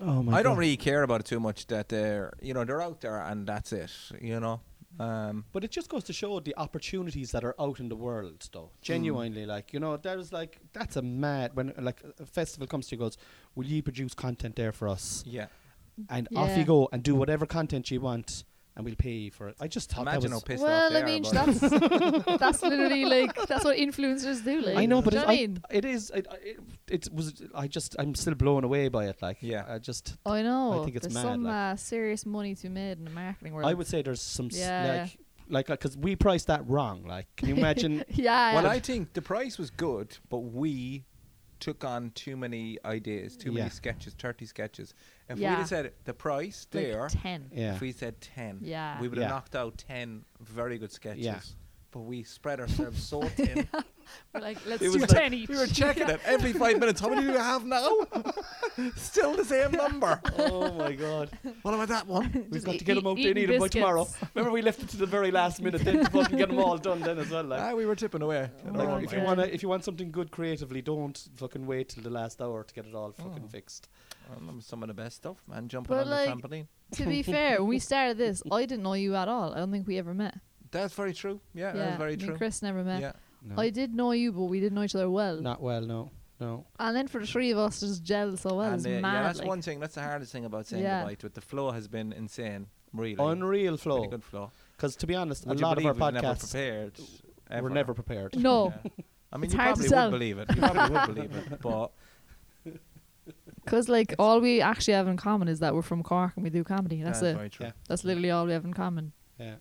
Speaker 1: Oh my
Speaker 2: I don't
Speaker 1: God.
Speaker 2: really care about it too much that they're, you know, they're out there and that's it, you know. Um,
Speaker 1: But it just goes to show the opportunities that are out in the world, though.
Speaker 2: Hmm.
Speaker 1: Genuinely, like you know, there's like that's a mad when like a festival comes to you goes, will you produce content there for us?
Speaker 2: yeah.
Speaker 1: And off you
Speaker 3: Yeah.
Speaker 1: go and do whatever content you want, and we'll pay you for it. I just thought that
Speaker 2: Imagine how
Speaker 1: was.
Speaker 2: pissed off
Speaker 3: well,
Speaker 2: they
Speaker 3: I
Speaker 2: are
Speaker 3: mean,
Speaker 2: about it.
Speaker 3: that's that's literally like that's what influencers do. Like,
Speaker 1: I know, but
Speaker 3: do
Speaker 1: it,
Speaker 3: you know what I
Speaker 1: I,
Speaker 3: mean,
Speaker 1: it is. It, it, it was. I just. I'm still blown away by it. Like,
Speaker 2: Yeah.
Speaker 1: I just.
Speaker 3: I know.
Speaker 1: think it's
Speaker 3: There's
Speaker 1: mad,
Speaker 3: some
Speaker 1: like-
Speaker 3: uh, serious money to be made in the marketing world.
Speaker 1: I would say there's some s-
Speaker 3: Yeah,
Speaker 1: like, like, like, because we priced that wrong. Like, can you imagine?
Speaker 3: yeah,
Speaker 2: Well,
Speaker 3: yeah.
Speaker 2: I think the price was good, but we took on too many ideas, too
Speaker 1: Yeah.
Speaker 2: many sketches, 30 sketches. If we'd
Speaker 3: Yeah.
Speaker 2: have said the price
Speaker 3: Like
Speaker 2: there,
Speaker 3: ten.
Speaker 1: yeah.
Speaker 2: if we said 10,
Speaker 3: Yeah.
Speaker 2: we would
Speaker 1: Yeah.
Speaker 2: have knocked out 10 very good sketches.
Speaker 1: Yeah.
Speaker 2: But we spread ourselves so thin.
Speaker 3: We're like, let's
Speaker 2: It
Speaker 3: do
Speaker 2: was like-
Speaker 3: ten each.
Speaker 2: we were checking it every five minutes. How many do you have now? Still the same number.
Speaker 1: oh my god.
Speaker 2: What about that one?
Speaker 1: We've
Speaker 3: Just
Speaker 1: got
Speaker 3: eat-
Speaker 1: to get them out.
Speaker 3: e- eat-
Speaker 1: They need
Speaker 3: eating
Speaker 1: them by tomorrow.
Speaker 3: biscuits.
Speaker 1: Remember, we left it to the very last minute then to fucking get them all done then as well. Like,
Speaker 2: ah, we were tipping away.
Speaker 3: Oh
Speaker 1: like,
Speaker 3: my
Speaker 1: if you
Speaker 3: God.
Speaker 1: want to, if you want something good creatively, don't fucking wait till the last hour to get it all fucking
Speaker 2: Oh.
Speaker 1: fixed.
Speaker 2: Um, some of the best stuff, man. Jumping
Speaker 3: But
Speaker 2: on
Speaker 3: like-
Speaker 2: the trampoline.
Speaker 3: to be fair, when we started this, I didn't know you at all. I don't think we ever met.
Speaker 2: That's very true. Yeah,
Speaker 3: yeah,
Speaker 2: that's very
Speaker 3: me and
Speaker 2: true.
Speaker 3: Chris never met.
Speaker 2: Yeah.
Speaker 3: I did know you, but we didn't know each other well.
Speaker 1: Not well. No. No.
Speaker 3: And then for the three of us to just gel so well
Speaker 2: and,
Speaker 3: is
Speaker 2: uh,
Speaker 3: mad.
Speaker 2: yeah, that's
Speaker 3: like.
Speaker 2: one thing. That's the hardest thing about saying
Speaker 3: Yeah.
Speaker 2: goodbye to it. The flow has been insane, really.
Speaker 1: Unreal
Speaker 2: Pretty
Speaker 1: flow.
Speaker 2: good flow.
Speaker 1: Because to be honest,
Speaker 2: Would
Speaker 1: a
Speaker 2: you
Speaker 1: lot of our
Speaker 2: believe we've never
Speaker 1: podcasts
Speaker 2: prepared.
Speaker 1: were
Speaker 2: ever?
Speaker 1: never prepared.
Speaker 3: No,
Speaker 2: Yeah. I mean,
Speaker 3: Oh. It's
Speaker 2: you
Speaker 3: hard to
Speaker 2: probably
Speaker 3: sell.
Speaker 2: would believe it. You probably would believe it, but
Speaker 3: because like all we actually have in common is that we're from Cork and we do comedy. That's, it.
Speaker 2: very true.
Speaker 1: Yeah.
Speaker 3: That's literally all we have in common.
Speaker 1: Yeah.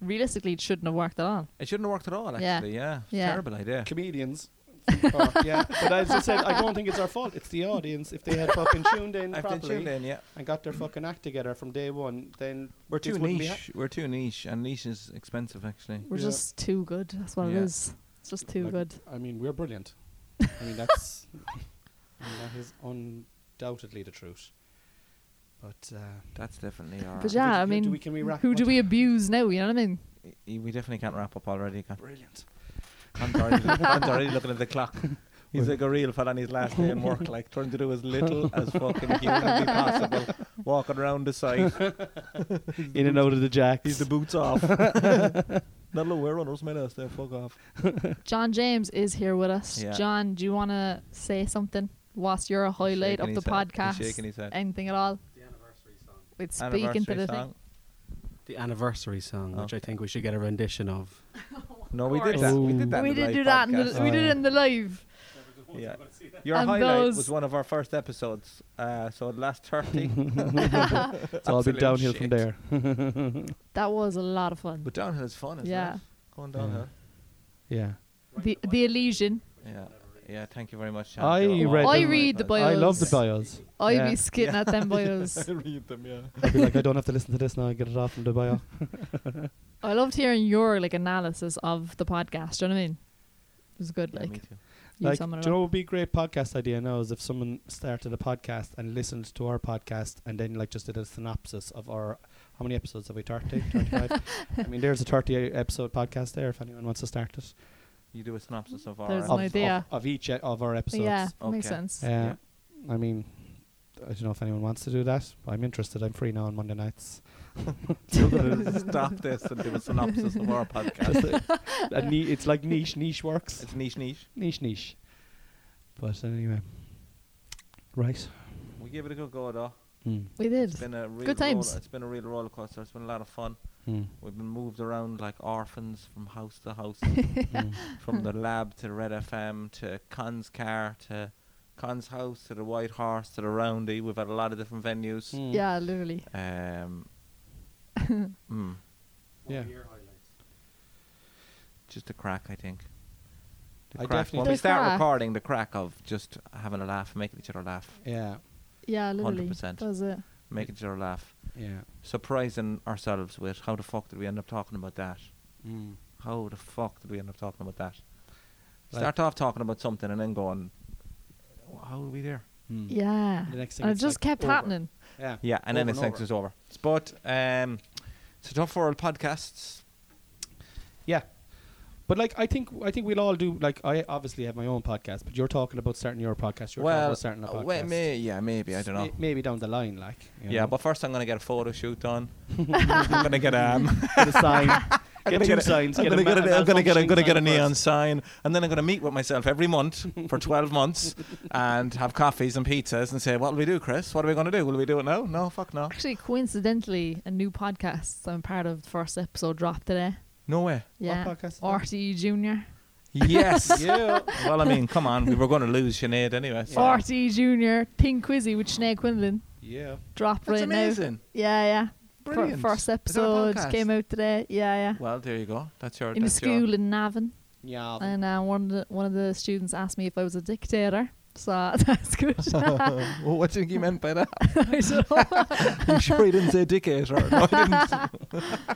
Speaker 3: Realistically, it shouldn't have worked at all.
Speaker 2: It shouldn't have worked at all,
Speaker 3: Yeah.
Speaker 2: actually. Yeah.
Speaker 3: Yeah.
Speaker 2: Terrible idea.
Speaker 1: Comedians. Or- yeah, but as I said, I don't think it's our fault. It's the audience. If they had fucking tuned in
Speaker 2: I've been
Speaker 1: properly
Speaker 2: tuned in, yeah.
Speaker 1: and got their fucking act together from day one, then
Speaker 2: We're
Speaker 1: this
Speaker 2: too
Speaker 1: wouldn't be
Speaker 2: niche.
Speaker 1: hap-
Speaker 2: We're too niche, and niche is expensive, actually.
Speaker 3: We're
Speaker 1: Yeah.
Speaker 3: just too good. That's what
Speaker 2: Yeah.
Speaker 3: it is. It's just too
Speaker 1: Like,
Speaker 3: good.
Speaker 1: I mean, we're brilliant. I mean, that's I mean, that is undoubtedly the truth. But uh,
Speaker 2: That's definitely our.
Speaker 3: But yeah, I
Speaker 1: do
Speaker 3: mean,
Speaker 1: we, can we wrap
Speaker 3: who
Speaker 1: up?
Speaker 3: do we abuse now? You know what I mean?
Speaker 2: y- e, We definitely can't wrap up already. Can't.
Speaker 1: Brilliant.
Speaker 2: I'm already, I'm already looking at the clock. He's like a real fella on his last day in work, like trying to do as little as fucking humanly possible, walking around the site.
Speaker 1: In and out of the jacks.
Speaker 2: He's the boots off. Not a wear runners, my last day. Fuck off.
Speaker 3: John James is here with us.
Speaker 2: Yeah.
Speaker 3: John, do you want to say something? What's your highlight
Speaker 2: Shaking
Speaker 3: of the
Speaker 2: his head. He's
Speaker 3: podcast?
Speaker 2: shaking his head.
Speaker 3: Anything at all?
Speaker 4: The anniversary song.
Speaker 3: It's speaking to
Speaker 2: Anniversary
Speaker 3: the
Speaker 2: song.
Speaker 4: The anniversary song, which I think we should get a rendition of.
Speaker 2: No, we
Speaker 3: course.
Speaker 2: did that. We
Speaker 1: Ooh.
Speaker 2: did that. in
Speaker 3: thing. We
Speaker 2: the
Speaker 3: did
Speaker 2: live
Speaker 3: do that. In
Speaker 2: podcast. Oh.
Speaker 3: the, we did it in the live.
Speaker 2: Yeah. Your
Speaker 3: And
Speaker 2: highlight
Speaker 3: those-
Speaker 2: was one of our first episodes. Uh, so the last 30.
Speaker 1: it's all been
Speaker 2: Absolute
Speaker 1: downhill from
Speaker 2: shit.
Speaker 1: there.
Speaker 3: That was a lot of fun.
Speaker 2: But downhill is fun, isn't
Speaker 3: Yeah.
Speaker 2: it? Going downhill.
Speaker 1: Yeah.
Speaker 3: The the Elysian.
Speaker 2: Yeah. yeah. thank you very much.
Speaker 1: I
Speaker 2: You're
Speaker 1: read
Speaker 2: awesome.
Speaker 1: them. I
Speaker 3: read the bio-
Speaker 1: I love the
Speaker 3: Bios.
Speaker 1: bios.
Speaker 3: I'd
Speaker 1: Yeah.
Speaker 3: be skitting at them boys.
Speaker 2: read them, yeah.
Speaker 1: I'd be like, I don't have to listen to this now. I get it off from the bio.
Speaker 3: I loved hearing your like analysis of the podcast. Do you know what I mean? It was good. Like
Speaker 2: me too.
Speaker 3: you
Speaker 1: like, do
Speaker 3: summing it
Speaker 1: you know
Speaker 3: up.
Speaker 1: what would be a great podcast idea now is if someone started a podcast and listened to our podcast and then like just did a synopsis of our how many episodes have we 30 35 I mean there's a 30 episode podcast there if anyone wants to start it
Speaker 2: You do a synopsis of our.
Speaker 3: There's
Speaker 1: of,
Speaker 3: an
Speaker 1: of-
Speaker 3: idea.
Speaker 1: of, each e- of our episodes
Speaker 3: yeah, makes
Speaker 2: Okay.
Speaker 3: sense.
Speaker 1: Uh,
Speaker 2: Yeah.
Speaker 1: I mean I don't know if anyone wants to do that but I'm interested I'm free now on Monday nights
Speaker 2: You're gonna stop this and do a synopsis of our
Speaker 1: Just
Speaker 2: podcast.
Speaker 1: a, a ni- it's like niche niche works
Speaker 2: It's niche, niche.
Speaker 1: niche niche but anyway right
Speaker 2: We gave it a good go, though.
Speaker 1: mm.
Speaker 3: We
Speaker 2: It's
Speaker 3: did.
Speaker 2: been a real
Speaker 3: Good times.
Speaker 2: roller- it's been a real roller coaster. It's been a lot of fun.
Speaker 1: Mm.
Speaker 2: We've been moved around like orphans from house to house,
Speaker 1: Mm.
Speaker 2: from the lab to Red FM to Con's car to Con's house to the White Horse to the Roundy. We've had a lot of different venues.
Speaker 1: Mm.
Speaker 3: Yeah, literally.
Speaker 2: Um, mm,
Speaker 1: Yeah.
Speaker 2: just a crack, I think. The
Speaker 1: I
Speaker 2: crack.
Speaker 1: definitely
Speaker 2: When
Speaker 3: The
Speaker 2: we start
Speaker 3: crack.
Speaker 2: recording, the crack of just having a laugh, making each other laugh,
Speaker 1: yeah
Speaker 3: Yeah, literally.
Speaker 2: 100%.
Speaker 3: That was it.
Speaker 2: making each other laugh,
Speaker 1: yeah
Speaker 2: surprising ourselves with how the fuck did we end up talking about that?
Speaker 1: Mm.
Speaker 2: How the fuck did we end up talking about that?
Speaker 1: Like-
Speaker 2: Start off talking about something and then going, how are we there?
Speaker 1: Mm.
Speaker 3: Yeah.
Speaker 1: The next thing
Speaker 3: And it
Speaker 1: it's
Speaker 3: just
Speaker 1: like
Speaker 3: kept
Speaker 1: over.
Speaker 3: happening.
Speaker 1: Yeah.
Speaker 2: Yeah, and then
Speaker 1: Over
Speaker 2: it's
Speaker 1: and
Speaker 2: next is over. But um, it's a tough world podcasts.
Speaker 1: Yeah. But like I think I think we'll all do like I obviously have my own podcast, but you're talking about starting your podcast. You're
Speaker 2: well,
Speaker 1: talking about starting a
Speaker 2: uh,
Speaker 1: podcast.
Speaker 2: wait, may, yeah, maybe I don't know.
Speaker 1: May- Maybe down the line, like you
Speaker 2: yeah,
Speaker 1: know.
Speaker 2: but first I'm gonna get a photo shoot done. I'm gonna get um,
Speaker 1: get a sign,
Speaker 2: I'm
Speaker 1: get
Speaker 2: gonna
Speaker 1: two
Speaker 2: get a-
Speaker 1: signs.
Speaker 2: I'm
Speaker 1: get
Speaker 2: gonna
Speaker 1: a
Speaker 2: get
Speaker 1: ma-
Speaker 2: a- I'm gonna get a- I'm gonna
Speaker 1: malfunctioning
Speaker 2: get a
Speaker 1: sign first.
Speaker 2: neon sign, and then I'm gonna meet with myself every month for 12 months and have coffees and pizzas and say, "What will we do, Chris? What are we gonna do? Will we do it now? No, fuck no,
Speaker 3: Actually, coincidentally, a new podcast I'm part of the first episode dropped today.
Speaker 2: no way."
Speaker 3: Yeah.
Speaker 1: podcast is that?
Speaker 3: RTE Junior.
Speaker 2: Yes.
Speaker 1: Yeah.
Speaker 2: well, I mean, come on, we were gonna lose Sinead anyway. So.
Speaker 1: Yeah.
Speaker 3: RTE E Junior. Think Quizzy with Sinead Quinlan.
Speaker 1: Yeah.
Speaker 3: Dropped
Speaker 2: That's
Speaker 3: right now.
Speaker 2: amazing.
Speaker 3: Yeah, yeah. Fir-
Speaker 2: Brilliant.
Speaker 3: first
Speaker 2: Is that a
Speaker 3: episode
Speaker 2: podcast?
Speaker 3: came out today. Yeah, yeah.
Speaker 2: Well, there you go. That's your
Speaker 3: in a
Speaker 2: that's
Speaker 3: school
Speaker 2: Your,
Speaker 3: in Navan,
Speaker 1: Yeah.
Speaker 3: and uh, one of the one of the students asked me if I was a dictator. So that's good.
Speaker 2: well, what do you think he meant by that?
Speaker 3: I don't know.
Speaker 2: I'm sure he didn't say dickhead or no, he didn't.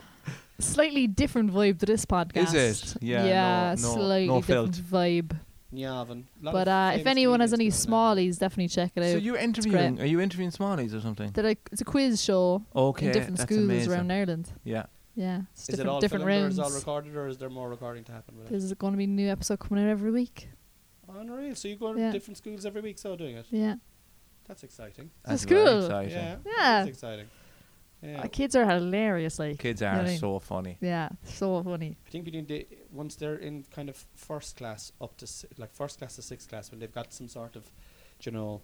Speaker 3: slightly different vibe to this podcast.
Speaker 2: it? Yeah,
Speaker 3: Yeah.
Speaker 2: no- no-
Speaker 3: slightly
Speaker 2: no
Speaker 3: different
Speaker 2: filth.
Speaker 3: vibe.
Speaker 1: Nyavan. Lot of
Speaker 3: But uh, if
Speaker 1: famous
Speaker 3: anyone has any
Speaker 1: comedians down there.
Speaker 3: smallies, definitely check it out.
Speaker 2: So you're interviewing? Are you interviewing Smallies or something?
Speaker 3: They're like- it's a quiz show
Speaker 2: Okay,
Speaker 3: in different
Speaker 2: that's
Speaker 3: schools
Speaker 2: amazing.
Speaker 3: around Ireland.
Speaker 2: Yeah.
Speaker 3: Yeah, it's
Speaker 1: Is
Speaker 3: different
Speaker 1: it all
Speaker 3: different
Speaker 1: filmed or
Speaker 3: rounds.
Speaker 1: Is it all recorded, or is there more recording to happen? With it?
Speaker 3: There's going to be a new episode coming out every week.
Speaker 1: Unreal. So you go to
Speaker 3: Yeah.
Speaker 1: different schools every week, so doing it.
Speaker 3: Yeah,
Speaker 1: That's exciting.
Speaker 3: That's
Speaker 2: very
Speaker 3: cool.
Speaker 2: exciting.
Speaker 1: Yeah.
Speaker 3: Yeah.
Speaker 1: That's exciting. Yeah.
Speaker 3: Uh, kids are hilarious. Like
Speaker 2: Kids
Speaker 3: you know
Speaker 2: are
Speaker 3: what I mean?
Speaker 2: so funny.
Speaker 3: Yeah, so funny.
Speaker 1: I think between the once they're in kind of first class up to si- like first class to sixth class when they've got some sort of, you know,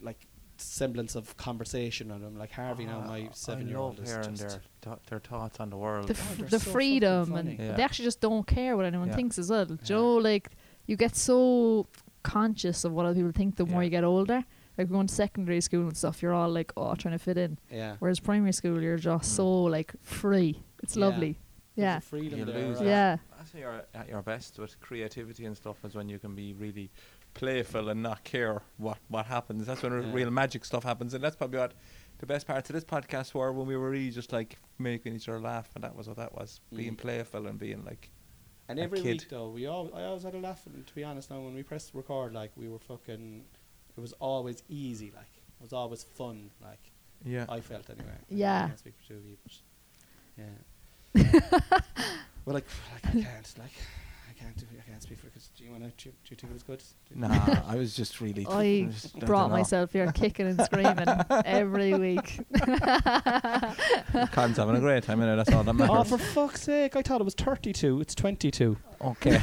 Speaker 1: like semblance of conversation on them. Like Harvey now, my seven-year-old is
Speaker 2: Ah, hearing
Speaker 1: just
Speaker 2: their, tho- their thoughts on the world.
Speaker 3: the, f-
Speaker 1: they're
Speaker 3: the
Speaker 1: so fucking
Speaker 3: freedom
Speaker 1: funny.
Speaker 3: and
Speaker 2: Yeah.
Speaker 3: they actually just don't care what anyone
Speaker 2: Yeah.
Speaker 3: thinks as well. Do you know, like you get so conscious of what other people think the more
Speaker 2: Yeah.
Speaker 3: you get older. Like going to secondary school and stuff, you're all like, oh, trying to fit in.
Speaker 1: yeah.
Speaker 3: Whereas primary school, you're just
Speaker 2: Mm.
Speaker 3: so like free. It's
Speaker 1: Yeah.
Speaker 3: lovely.
Speaker 1: There's
Speaker 3: Yeah,
Speaker 1: a freedom
Speaker 2: You
Speaker 1: there,
Speaker 2: lose
Speaker 1: right?
Speaker 2: that.
Speaker 3: yeah,
Speaker 2: That's when you're at your best with creativity and stuff is when you can be really playful and not care what, what happens. That's when r
Speaker 1: Yeah.
Speaker 2: real magic stuff happens. And that's probably what the best parts of this podcast were when we were really just like making each other laugh. And that was what that was being
Speaker 1: Mm.
Speaker 2: playful and being like,
Speaker 1: And
Speaker 2: a
Speaker 1: every
Speaker 2: kid.
Speaker 1: week though, we all I always had a laugh. And to be honest, now when we pressed record, like we were fucking, it was always easy. Like it was always fun. Like
Speaker 2: yeah.
Speaker 1: I felt anyway. I
Speaker 3: Yeah.
Speaker 1: can't speak for two of you, but yeah. well, like, like I can't, like I can't do, I can't speak for. Cause do you want to? Do, you- do you think it was good? Do you-
Speaker 2: nah, I was just really.
Speaker 3: I
Speaker 2: just- don't
Speaker 3: brought
Speaker 2: know.
Speaker 3: myself here kicking and screaming every week.
Speaker 2: Con's having a great time, innit? That's all that
Speaker 1: Oh,
Speaker 2: matters.
Speaker 1: for fuck's sake! I thought it was thirty-two. It's twenty-two.
Speaker 2: okay.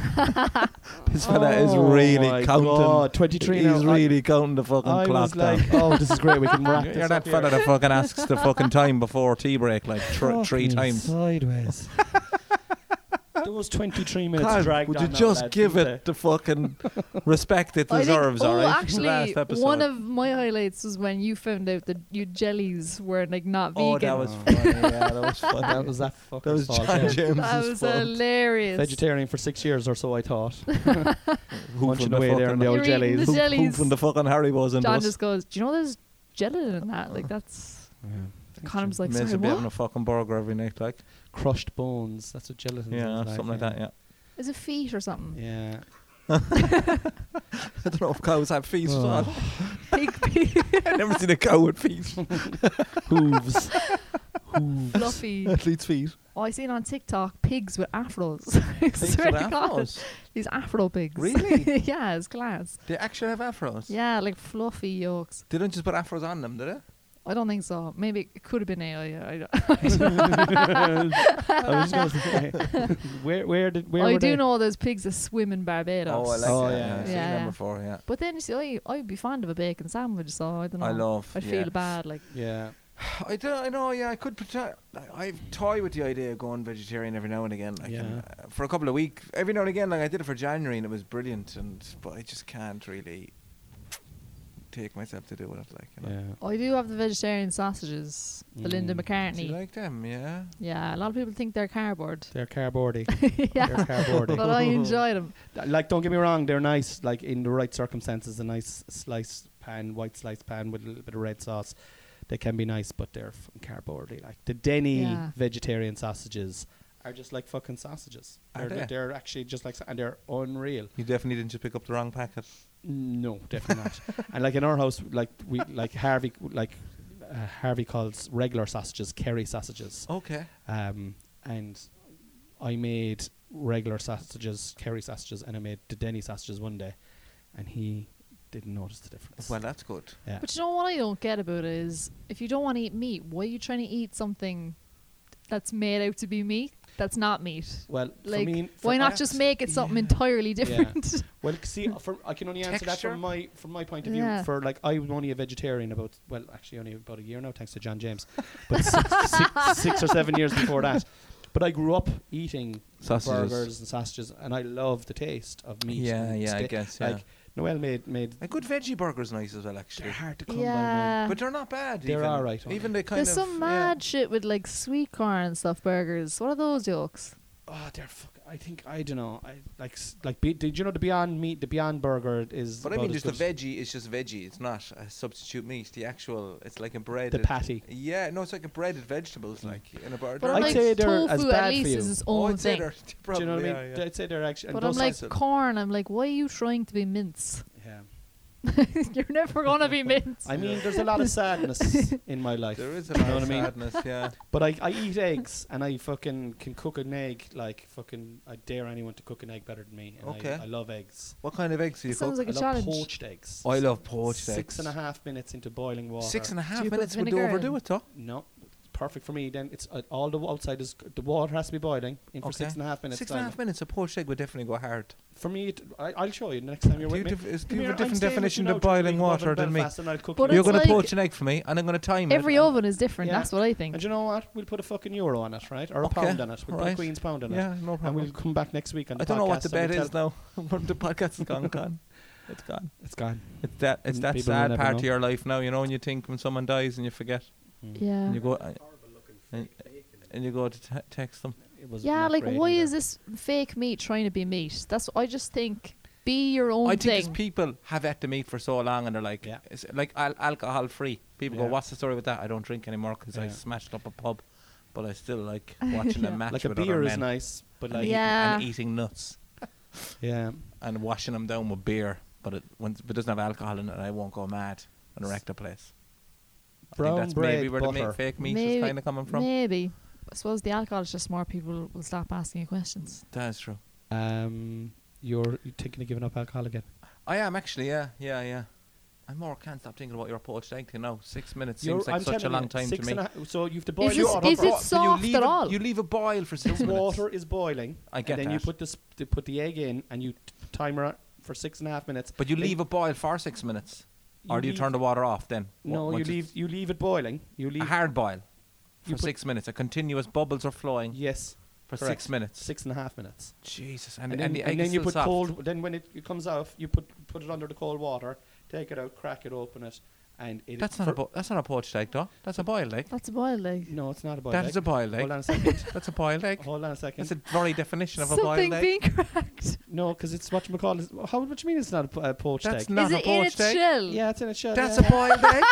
Speaker 2: this fella is really counting.
Speaker 1: Oh Twenty-three.
Speaker 2: He's
Speaker 1: now. I-
Speaker 2: really counting the fucking
Speaker 1: I,
Speaker 2: clock
Speaker 1: was
Speaker 2: down.
Speaker 1: like, oh, this is great. We can wrap
Speaker 2: You're-
Speaker 1: this
Speaker 2: You're
Speaker 1: up
Speaker 2: that fella
Speaker 1: here.
Speaker 2: that fucking asks the fucking time before tea break like thr three
Speaker 1: Fucking
Speaker 2: times.
Speaker 1: sideways. Those twenty-three minutes
Speaker 2: God,
Speaker 1: dragged
Speaker 2: would
Speaker 1: on
Speaker 2: you
Speaker 1: now,
Speaker 2: just
Speaker 1: lads,
Speaker 2: give
Speaker 1: didn't
Speaker 2: it the fucking respect it
Speaker 3: I think-
Speaker 2: deserves,
Speaker 3: oh,
Speaker 2: alright?
Speaker 3: actually,
Speaker 2: Last episode.
Speaker 3: one of my highlights was when you found out that your jellies were like not vegan.
Speaker 2: oh, that was funny. Yeah, that was
Speaker 1: they?
Speaker 2: funny.
Speaker 1: that was that fucking
Speaker 2: that was John James's
Speaker 3: That was
Speaker 2: fault.
Speaker 3: hilarious.
Speaker 1: Vegetarian for six years or so, I thought.
Speaker 2: Hoofing
Speaker 1: munching
Speaker 2: the
Speaker 1: away there in
Speaker 2: fucking
Speaker 1: the old
Speaker 3: You're eating
Speaker 1: jellies.
Speaker 3: the
Speaker 2: hoof-
Speaker 3: jellies.
Speaker 2: hoofing the fucking Harry was in
Speaker 3: John
Speaker 2: us.
Speaker 3: just goes, "Do you know there's gelatin in that?
Speaker 2: Oh.
Speaker 3: Like that's." Connor's like,
Speaker 2: Might as
Speaker 3: "Sorry,
Speaker 2: well be having
Speaker 3: what?
Speaker 2: a fucking burger every night, like
Speaker 1: Crushed bones. That's what gelatin
Speaker 2: yeah,
Speaker 1: is
Speaker 2: something like that. Yeah,
Speaker 3: Is it feet or something?
Speaker 1: Yeah.
Speaker 2: I don't know if cows have feet.
Speaker 1: Oh.
Speaker 2: Sean.
Speaker 3: Pig feet,
Speaker 2: I've never seen a cow with feet.
Speaker 1: Hooves. Hooves.
Speaker 3: fluffy.
Speaker 2: Athlete's feet.
Speaker 3: Oh, I seen on TikTok pigs with afros. I swear to God, these afro pigs.
Speaker 2: Really?
Speaker 3: yeah, it's class.
Speaker 2: They actually have afros.
Speaker 3: Yeah, like fluffy yolks.
Speaker 2: They don't just put afros on them, do they?
Speaker 3: I don't think so. Maybe it could have been AI. I, don't-
Speaker 1: I was just going to say, where, where did, where
Speaker 3: I
Speaker 1: were
Speaker 3: do
Speaker 1: they?
Speaker 3: know those pigs that swim in Barbados.
Speaker 2: Oh, I like
Speaker 1: Oh,
Speaker 2: that.
Speaker 1: yeah.
Speaker 2: Yeah, I've seen
Speaker 3: Yeah,
Speaker 2: them
Speaker 3: yeah.
Speaker 2: before. Yeah,
Speaker 3: But then you see, I, I'd be fond of a bacon sandwich, so I don't know.
Speaker 2: I love.
Speaker 3: I'd
Speaker 2: yeah.
Speaker 3: feel bad, like
Speaker 1: Yeah.
Speaker 2: I don't. I know. Yeah, I could. Pretend, like, I've toyed with the idea of going vegetarian every now and again. Like,
Speaker 1: Yeah.
Speaker 2: and, uh, for a couple of weeks, every now and again, like I did it for January, and it was brilliant. And but I just can't really take myself to do it. Like, you know.
Speaker 1: Yeah.
Speaker 3: I do have the vegetarian sausages, the Linda
Speaker 1: Mm.
Speaker 2: Do
Speaker 3: McCartney.
Speaker 2: you like them? Yeah.
Speaker 3: yeah, a lot of people think they're cardboard,
Speaker 1: They're cardboardy.
Speaker 3: Yeah.
Speaker 1: They're cardboardy.
Speaker 3: but I enjoy them.
Speaker 1: Th- like don't get me wrong they're nice like in the right circumstances a nice slice pan white slice pan with a little bit of red sauce they can be nice but they're fucking cardboardy like the denny
Speaker 3: Yeah.
Speaker 1: vegetarian sausages are just like fucking sausages.
Speaker 2: Are
Speaker 1: they're,
Speaker 2: they?
Speaker 1: they're actually just like, sa- and they're unreal.
Speaker 2: You definitely didn't just pick up the wrong packet.
Speaker 1: No, definitely not. And like in our house, like we like Harvey, like uh, Harvey calls regular sausages Kerry sausages,
Speaker 2: Okay.
Speaker 1: um, and I made regular sausages, Kerry sausages, and I made the Denny sausages one day, and he didn't notice the difference.
Speaker 2: Well, that's good.
Speaker 1: yeah.
Speaker 3: But you know what I don't get about it is if you don't want to eat meat, why are you trying to eat something that's made out to be meat that's not meat?
Speaker 1: Well,
Speaker 3: Like,
Speaker 1: for me, for
Speaker 3: why not
Speaker 1: us-
Speaker 3: just make it something entirely different?
Speaker 1: Well, c- see, uh, for, I can only answer that
Speaker 2: Texture?
Speaker 1: from my from my point of
Speaker 3: Yeah.
Speaker 1: view. For like, I'm only a vegetarian about well, actually only about a year now, thanks to John James, but six, six, six or seven years before that. But I grew up eating
Speaker 2: Sausages.
Speaker 1: burgers and sausages, and I love the taste of meat.
Speaker 2: Yeah,
Speaker 1: and
Speaker 2: yeah, I
Speaker 1: steak.
Speaker 2: guess, yeah.
Speaker 1: Like Noel made made
Speaker 2: A good veggie burger's nice as well,
Speaker 1: they're
Speaker 2: actually.
Speaker 1: hard to come by. man.
Speaker 3: yeah.
Speaker 2: But they're not bad.
Speaker 1: They're
Speaker 2: even.
Speaker 1: alright, aren't
Speaker 2: Even
Speaker 1: they?
Speaker 2: the kind
Speaker 3: There's
Speaker 2: of
Speaker 3: some
Speaker 2: yeah.
Speaker 3: mad shit with like sweet corn and stuff burgers. What are those jokes?
Speaker 1: Oh, they're fuck. I think I don't know. I like s- like. Be, did you know the Beyond Meat, the Beyond Burger is?
Speaker 2: But I
Speaker 1: about
Speaker 2: mean,
Speaker 1: as
Speaker 2: just the
Speaker 1: good-
Speaker 2: veggie is just veggie. It's not a substitute meat. The actual, it's like a bread.
Speaker 1: The patty.
Speaker 2: Yeah, no, it's like a breaded vegetables, like in a burger.
Speaker 3: But
Speaker 1: I'd
Speaker 3: I'm like
Speaker 1: say they're as
Speaker 3: tofu
Speaker 1: bad
Speaker 3: at least
Speaker 1: for you.
Speaker 3: is its
Speaker 2: oh,
Speaker 3: own
Speaker 2: I'd say
Speaker 3: thing.
Speaker 2: they're
Speaker 1: Do you know what I
Speaker 2: probably,
Speaker 1: mean?
Speaker 2: yeah, yeah.
Speaker 1: I'd say they're actually.
Speaker 3: But
Speaker 1: and
Speaker 3: I'm
Speaker 1: those
Speaker 3: like
Speaker 1: sausages-
Speaker 3: corn. I'm like, why are you trying to be mince?
Speaker 1: Yeah.
Speaker 3: You're never gonna be mince.
Speaker 1: I mean, there's a lot of sadness in my life.
Speaker 2: There is a
Speaker 1: You know
Speaker 2: lot
Speaker 1: what
Speaker 2: of
Speaker 1: I mean?
Speaker 2: sadness, yeah.
Speaker 1: But I, I eat eggs and I fucking can cook an egg like fucking. I dare anyone to cook an egg better than me. And
Speaker 2: Okay.
Speaker 1: I, I love eggs.
Speaker 2: What kind of eggs do you
Speaker 3: It sounds
Speaker 2: cook?
Speaker 3: like
Speaker 1: I
Speaker 3: a
Speaker 1: love
Speaker 3: challenge.
Speaker 1: poached eggs.
Speaker 2: I love poached eggs.
Speaker 1: Six and a half minutes into boiling water.
Speaker 2: Six and a half
Speaker 3: Do you put
Speaker 2: minutes would
Speaker 3: vinegar
Speaker 2: overdo
Speaker 3: in?
Speaker 2: it, though.
Speaker 1: No, it's perfect for me. Then it's uh, all the outside is the water has to be boiling in for
Speaker 2: Okay.
Speaker 1: six and a half minutes.
Speaker 2: Six and a half
Speaker 1: time.
Speaker 2: minutes, a poached egg would definitely go hard.
Speaker 1: For me, it, I, I'll show you next time you're
Speaker 2: Do you,
Speaker 1: with me.
Speaker 2: dif- is- do
Speaker 1: Come
Speaker 2: you
Speaker 1: here,
Speaker 2: have
Speaker 1: I'm
Speaker 2: a different
Speaker 1: staying with
Speaker 2: definition
Speaker 1: you now
Speaker 2: of
Speaker 1: till we
Speaker 2: boiling
Speaker 1: go up
Speaker 2: water
Speaker 1: in
Speaker 2: than me?
Speaker 1: Belfast and I'll cook
Speaker 3: But
Speaker 1: you.
Speaker 2: You're
Speaker 3: it's
Speaker 2: going
Speaker 3: like-
Speaker 2: to poach an egg for me, and I'm going to time it.
Speaker 3: Every
Speaker 2: and-
Speaker 3: oven is different.
Speaker 1: Yeah.
Speaker 3: That's what I think.
Speaker 1: And you know what? We'll put a fucking euro on it, right? Or
Speaker 2: Okay,
Speaker 1: a pound on it. We'll put a
Speaker 2: alright.
Speaker 1: Queen's pound on it.
Speaker 2: Yeah, no
Speaker 1: And we'll
Speaker 2: problem.
Speaker 1: come back next week on the
Speaker 2: I don't know what the
Speaker 1: podcast and
Speaker 2: bet
Speaker 1: we'll
Speaker 2: is
Speaker 1: tell-
Speaker 2: now. the podcast is gone, gone. It's gone.
Speaker 1: It's gone.
Speaker 2: It's that. It's
Speaker 1: Mm,
Speaker 2: that
Speaker 1: people will
Speaker 2: sad
Speaker 1: never
Speaker 2: part
Speaker 1: know.
Speaker 2: of your life now. You know, when you think when someone dies and you forget,
Speaker 1: Mm.
Speaker 3: yeah.
Speaker 2: and you go uh, and, and you go to te- text them.
Speaker 1: It was
Speaker 3: Yeah,
Speaker 1: not
Speaker 3: like
Speaker 1: great
Speaker 3: why
Speaker 1: either.
Speaker 3: is this fake meat trying to be meat? That's I just think be your own
Speaker 2: I think
Speaker 3: thing.
Speaker 2: it's people have had to meat for so long, and they're like,
Speaker 1: Yeah.
Speaker 2: it's like al- alcohol free. People
Speaker 1: Yeah.
Speaker 2: go, "What's the story with that? I don't drink anymore because I
Speaker 1: Yeah.
Speaker 2: smashed up a pub." But I still like watching
Speaker 3: Yeah.
Speaker 2: a match
Speaker 1: like a
Speaker 2: with
Speaker 1: beer
Speaker 2: other
Speaker 1: is
Speaker 2: men
Speaker 1: nice, but
Speaker 2: and,
Speaker 1: like
Speaker 2: eating,
Speaker 3: Yeah.
Speaker 2: and eating nuts
Speaker 1: yeah.
Speaker 2: and washing them down with beer, but it, when, if it doesn't have alcohol in it. I won't go mad and wreck the place. I
Speaker 1: Brown
Speaker 2: think that's
Speaker 1: bread
Speaker 2: maybe where the
Speaker 1: butter.
Speaker 2: ma- fake meat is
Speaker 3: Maybe-
Speaker 2: kind of coming from.
Speaker 3: Maybe. I suppose the alcohol is just more people will stop asking you questions.
Speaker 2: That's true.
Speaker 1: Um, you're you're thinking of giving up alcohol again?
Speaker 2: I am actually, Oh, yeah, yeah, yeah. I more can't stop thinking about your poached egg thing now. Six minutes
Speaker 1: You're-
Speaker 2: seems like
Speaker 1: I'm
Speaker 2: such a
Speaker 1: telling
Speaker 2: long
Speaker 1: you,
Speaker 2: time to
Speaker 1: six
Speaker 2: me.
Speaker 1: and a- so you have to boil
Speaker 3: Is
Speaker 1: your water.
Speaker 3: this- is
Speaker 1: for-
Speaker 3: it
Speaker 2: But
Speaker 3: soft
Speaker 2: you leave
Speaker 3: at
Speaker 2: it-
Speaker 3: all?
Speaker 2: You leave a boil for six
Speaker 1: the
Speaker 2: minutes.
Speaker 1: water is boiling.
Speaker 2: I get
Speaker 1: and then you
Speaker 2: that.
Speaker 1: put this to put the egg in, and you t- timer on for six and a half minutes.
Speaker 2: But you
Speaker 1: Then
Speaker 2: leave it boil for six minutes, or do you
Speaker 1: leave-
Speaker 2: turn the water off then? Wa-
Speaker 1: No, you
Speaker 2: once
Speaker 1: leave
Speaker 2: it's
Speaker 1: you leave it boiling. You
Speaker 2: a
Speaker 1: leave
Speaker 2: hard boil
Speaker 1: You
Speaker 2: for
Speaker 1: put-
Speaker 2: six minutes. A continuous bubbles are flowing
Speaker 1: yes
Speaker 2: for
Speaker 1: correct.
Speaker 2: six minutes.
Speaker 1: six and a half minutes.
Speaker 2: Jesus, and,
Speaker 1: and
Speaker 2: and,
Speaker 1: then,
Speaker 2: the
Speaker 1: and
Speaker 2: egg
Speaker 1: then
Speaker 2: is
Speaker 1: you
Speaker 2: still
Speaker 1: put
Speaker 2: soft.
Speaker 1: cold. Then when it, it comes off, you put put it under the cold water, take it out, crack it, open it, and it.
Speaker 2: That's not a
Speaker 1: for-
Speaker 2: bo- that's not a poached egg, though. That's a boiled egg.
Speaker 3: That's a boiled egg.
Speaker 1: No, it's not a boiled
Speaker 2: That
Speaker 1: egg.
Speaker 2: is a boiled
Speaker 1: Hold on
Speaker 2: egg.
Speaker 1: a second.
Speaker 2: That's a boiled egg.
Speaker 1: Hold on a second.
Speaker 2: That's a very definition of a
Speaker 3: Something
Speaker 2: boiled egg.
Speaker 3: being cracked.
Speaker 1: no, because it's what you call. How what you mean it's not a po- a poached
Speaker 2: That's
Speaker 1: egg?
Speaker 2: not
Speaker 3: is
Speaker 2: a
Speaker 3: it in its
Speaker 2: poached egg.
Speaker 3: shell?
Speaker 1: yeah, it's in a shell.
Speaker 2: That's a
Speaker 1: yeah.
Speaker 2: boiled egg.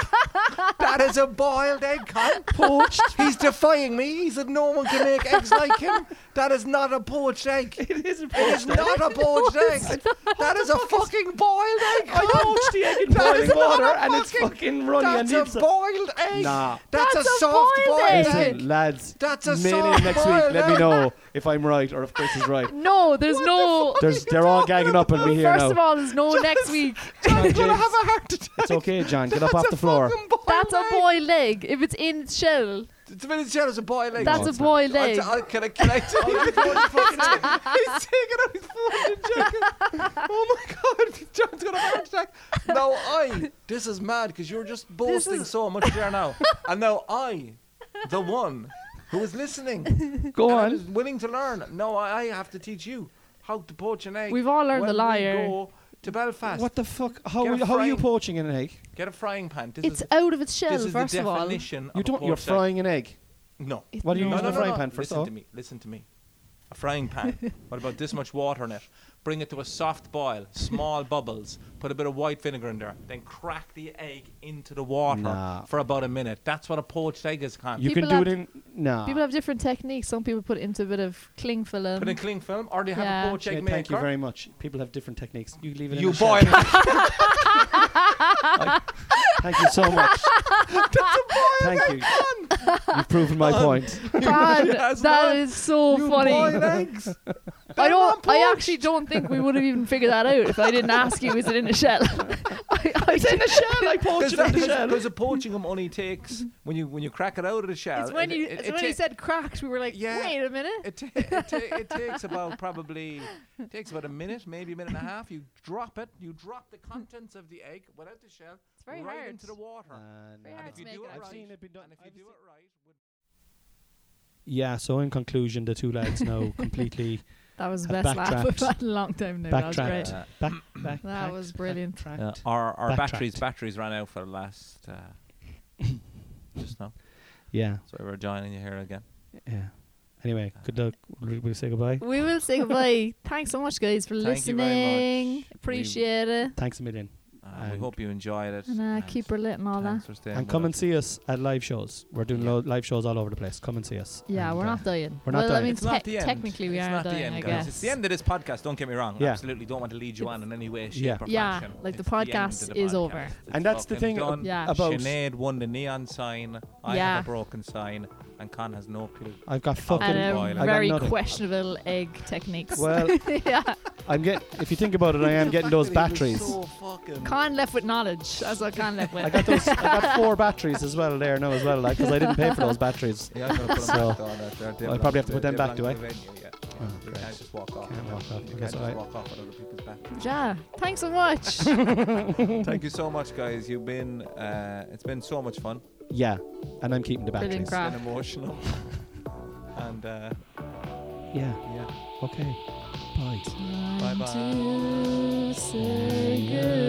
Speaker 2: That is a boiled egg, Con. Poached. He's defying me. He said no one can make eggs like him. That is not a poached egg.
Speaker 1: it is a
Speaker 2: It is
Speaker 1: poached egg.
Speaker 2: not a poached egg. That is a fucking boiled egg,
Speaker 1: I
Speaker 2: Con.
Speaker 1: poached the egg in
Speaker 2: That is
Speaker 1: boiling
Speaker 2: not a
Speaker 1: water, and it's
Speaker 2: fucking-
Speaker 1: fucking runny and
Speaker 2: That's
Speaker 1: needs
Speaker 2: a boiled egg.
Speaker 1: Nah.
Speaker 2: That's,
Speaker 3: That's
Speaker 2: a
Speaker 3: a
Speaker 2: soft
Speaker 3: boiled
Speaker 2: boiled
Speaker 3: egg.
Speaker 2: egg.
Speaker 1: Listen, lads.
Speaker 2: That's a
Speaker 1: mail in
Speaker 2: soft
Speaker 1: next week. Let me
Speaker 2: boiled
Speaker 1: know if I'm right or if Chris is right.
Speaker 3: No, there's no.
Speaker 1: There's, they're all gagging up on me here
Speaker 3: First
Speaker 1: now.
Speaker 3: of all, there's no next week.
Speaker 2: I'm
Speaker 1: John
Speaker 2: gonna
Speaker 1: James.
Speaker 2: have a heart attack.
Speaker 1: it's okay, John. Get up off the floor.
Speaker 2: Fucking boiled
Speaker 3: That's a
Speaker 2: egg.
Speaker 3: boiled egg. If it's in its shell,
Speaker 2: It's a minute shell is a boiled egg.
Speaker 3: that's
Speaker 1: No,
Speaker 3: a
Speaker 1: it's not.
Speaker 3: boiled
Speaker 2: I-
Speaker 3: egg.
Speaker 2: I- Can I, can I tell you? He's taking out his fucking jacket. Oh my god, John's got a heart attack. Now I, this is mad because you're just boasting
Speaker 3: is-
Speaker 2: so much there now. And now I, the one who is listening,
Speaker 1: Go
Speaker 2: and
Speaker 1: on.
Speaker 2: is willing to learn. Now I, I have to teach you how to poach an egg.
Speaker 3: We've all learned
Speaker 2: when
Speaker 3: the
Speaker 2: we
Speaker 3: liar.
Speaker 2: go to Belfast.
Speaker 1: What the fuck? How,
Speaker 2: Get
Speaker 1: are
Speaker 2: a
Speaker 1: you- how are you
Speaker 2: frying-
Speaker 1: poaching an egg?
Speaker 2: Get a frying pan. This
Speaker 3: It's
Speaker 2: is,
Speaker 3: out of its shell,
Speaker 2: this is
Speaker 3: first
Speaker 2: the
Speaker 3: of all.
Speaker 2: definition of
Speaker 1: You
Speaker 2: a
Speaker 1: don't. You're
Speaker 2: poached egg.
Speaker 1: frying an egg.
Speaker 2: No.
Speaker 3: It-
Speaker 1: What do you
Speaker 3: no.
Speaker 1: use in a frying pan for?
Speaker 2: Listen
Speaker 1: so?
Speaker 2: to me. Listen to me. A frying pan. what about this much water in it? bring it to a soft boil, small bubbles, put a bit of white vinegar in there, then crack the egg into the water
Speaker 1: Nah.
Speaker 2: for about a minute. That's what a poached egg is, Con.
Speaker 1: You can
Speaker 3: People
Speaker 1: do
Speaker 3: have-
Speaker 1: it in
Speaker 2: Ah.
Speaker 1: no.
Speaker 3: People have different techniques. Some people put it into a bit of cling film.
Speaker 2: put in cling film, or do you have a
Speaker 3: Yeah.
Speaker 2: poached
Speaker 1: Yeah,
Speaker 2: egg
Speaker 1: thank you
Speaker 2: maker?
Speaker 1: very much. People have different techniques. You leave it.
Speaker 2: You
Speaker 1: in a shell.
Speaker 2: boil it.
Speaker 1: Thank you so much. Thank you. You've proven my
Speaker 2: Um,
Speaker 1: point.
Speaker 3: God,
Speaker 2: Yes,
Speaker 3: that
Speaker 2: man.
Speaker 3: is so
Speaker 2: You
Speaker 3: funny.
Speaker 2: boil eggs.
Speaker 3: I don't. I actually don't think we would have even figured that out if I didn't ask you. Is it in a shell? I, I it's in a shell. I
Speaker 2: Because a poaching them only takes when you when you crack it out of the shell.
Speaker 3: It's when
Speaker 2: it-
Speaker 3: you.
Speaker 2: it-
Speaker 3: It's
Speaker 2: it
Speaker 3: when you
Speaker 2: ta-
Speaker 3: said cracked. We were like,
Speaker 2: Yeah.
Speaker 3: wait a minute.
Speaker 2: It, ta- it, ta- it takes about probably it takes about a minute, maybe a minute and a half. You drop it. You drop the contents of the egg without the shell
Speaker 3: It's very
Speaker 2: right
Speaker 3: hard.
Speaker 2: into the
Speaker 1: Uh,
Speaker 2: water.
Speaker 3: Very
Speaker 2: and
Speaker 3: hard
Speaker 2: if
Speaker 3: to
Speaker 2: you
Speaker 3: make
Speaker 2: do
Speaker 3: it
Speaker 2: it
Speaker 3: out.
Speaker 2: right,
Speaker 3: I've seen
Speaker 1: it been done-
Speaker 2: and if
Speaker 1: I've
Speaker 2: you do
Speaker 1: seen-
Speaker 2: it right, would-
Speaker 1: Yeah, so in conclusion, the two lads now completely
Speaker 3: That was the
Speaker 1: Have
Speaker 3: best laugh
Speaker 1: backtracked.
Speaker 3: I've had in a long time now. That was
Speaker 1: backtracked.
Speaker 3: great.
Speaker 2: great.
Speaker 1: back, back,
Speaker 3: That was brilliant.
Speaker 2: Uh,
Speaker 1: backtracked.
Speaker 2: our our batteries
Speaker 1: Backtracked.
Speaker 2: batteries ran out for the last uh, just now,
Speaker 1: Yeah,
Speaker 2: so we're joining you here again.
Speaker 1: yeah. Anyway, good luck. Will we say goodbye?
Speaker 3: We will say goodbye. Thanks so much, guys, for
Speaker 2: Thank you
Speaker 3: listening.
Speaker 2: very much. We-
Speaker 3: Appreciate it.
Speaker 1: Thanks a million.
Speaker 2: Uh, we
Speaker 1: And-
Speaker 2: hope you enjoyed it.
Speaker 3: And uh, keep her lit and all that.
Speaker 2: thanks for staying
Speaker 1: And
Speaker 2: with
Speaker 1: come and
Speaker 2: us.
Speaker 1: see us at live shows. We're doing
Speaker 2: Yeah.
Speaker 1: lo- live shows all over the place. Come and see us.
Speaker 3: Yeah,
Speaker 1: And,
Speaker 3: we're
Speaker 1: uh,
Speaker 3: not dying.
Speaker 1: we're not
Speaker 3: well, I
Speaker 1: dying.
Speaker 3: mean,
Speaker 2: It's not
Speaker 3: te-
Speaker 2: the end.
Speaker 3: technically we
Speaker 2: it's
Speaker 3: are
Speaker 2: not the
Speaker 3: dying,
Speaker 2: end,
Speaker 3: I
Speaker 2: guys.
Speaker 3: guess.
Speaker 2: It's the end of this podcast. Don't get me wrong.
Speaker 1: Yeah.
Speaker 2: Absolutely, don't want to lead you on in any way, shape,
Speaker 1: Yeah.
Speaker 2: or
Speaker 3: Yeah,
Speaker 2: fashion.
Speaker 3: like the
Speaker 2: It's end
Speaker 3: podcast
Speaker 2: of
Speaker 3: is over.
Speaker 2: It's
Speaker 1: And that's the
Speaker 2: fucking
Speaker 1: thing
Speaker 2: done.
Speaker 3: Yeah.
Speaker 1: about.
Speaker 2: Sinead won the neon sign. I
Speaker 3: Yeah.
Speaker 2: have a broken sign, and Con has no clue.
Speaker 1: I've got fucking.
Speaker 3: And
Speaker 2: um,
Speaker 1: I
Speaker 2: Boiling.
Speaker 1: got
Speaker 3: a very
Speaker 1: nothing.
Speaker 3: questionable egg techniques.
Speaker 1: Well,
Speaker 3: yeah,
Speaker 1: I'm get. If you think about it, I am getting those batteries.
Speaker 3: Khan left with knowledge. That's what Khan left
Speaker 1: I
Speaker 3: with.
Speaker 1: got those. I got four batteries as well there now as well, like because I didn't pay for those batteries.
Speaker 2: yeah, I'm gonna put 'em
Speaker 1: So,
Speaker 2: back down after. They
Speaker 1: I'll
Speaker 2: belong
Speaker 1: probably have to
Speaker 2: the-
Speaker 1: put them
Speaker 2: they
Speaker 1: back,
Speaker 2: belong
Speaker 1: do
Speaker 2: to the venue, yeah.
Speaker 1: Oh,
Speaker 2: You
Speaker 1: great.
Speaker 2: can't just walk off.
Speaker 1: Can't walk off,
Speaker 2: You
Speaker 1: I
Speaker 2: can't
Speaker 1: guess
Speaker 2: just
Speaker 1: I-
Speaker 2: walk off on other people's back.
Speaker 3: Yeah, thanks so much.
Speaker 2: Thank you so much, guys. You've been. Uh, it's been so much fun.
Speaker 1: Yeah, and I'm keeping the
Speaker 3: Brilliant
Speaker 1: batteries.
Speaker 3: crap.
Speaker 2: It's been emotional. and uh,
Speaker 1: Yeah.
Speaker 2: yeah.
Speaker 1: Okay. Bye.
Speaker 2: Bye-bye.
Speaker 3: Time to say goodbye.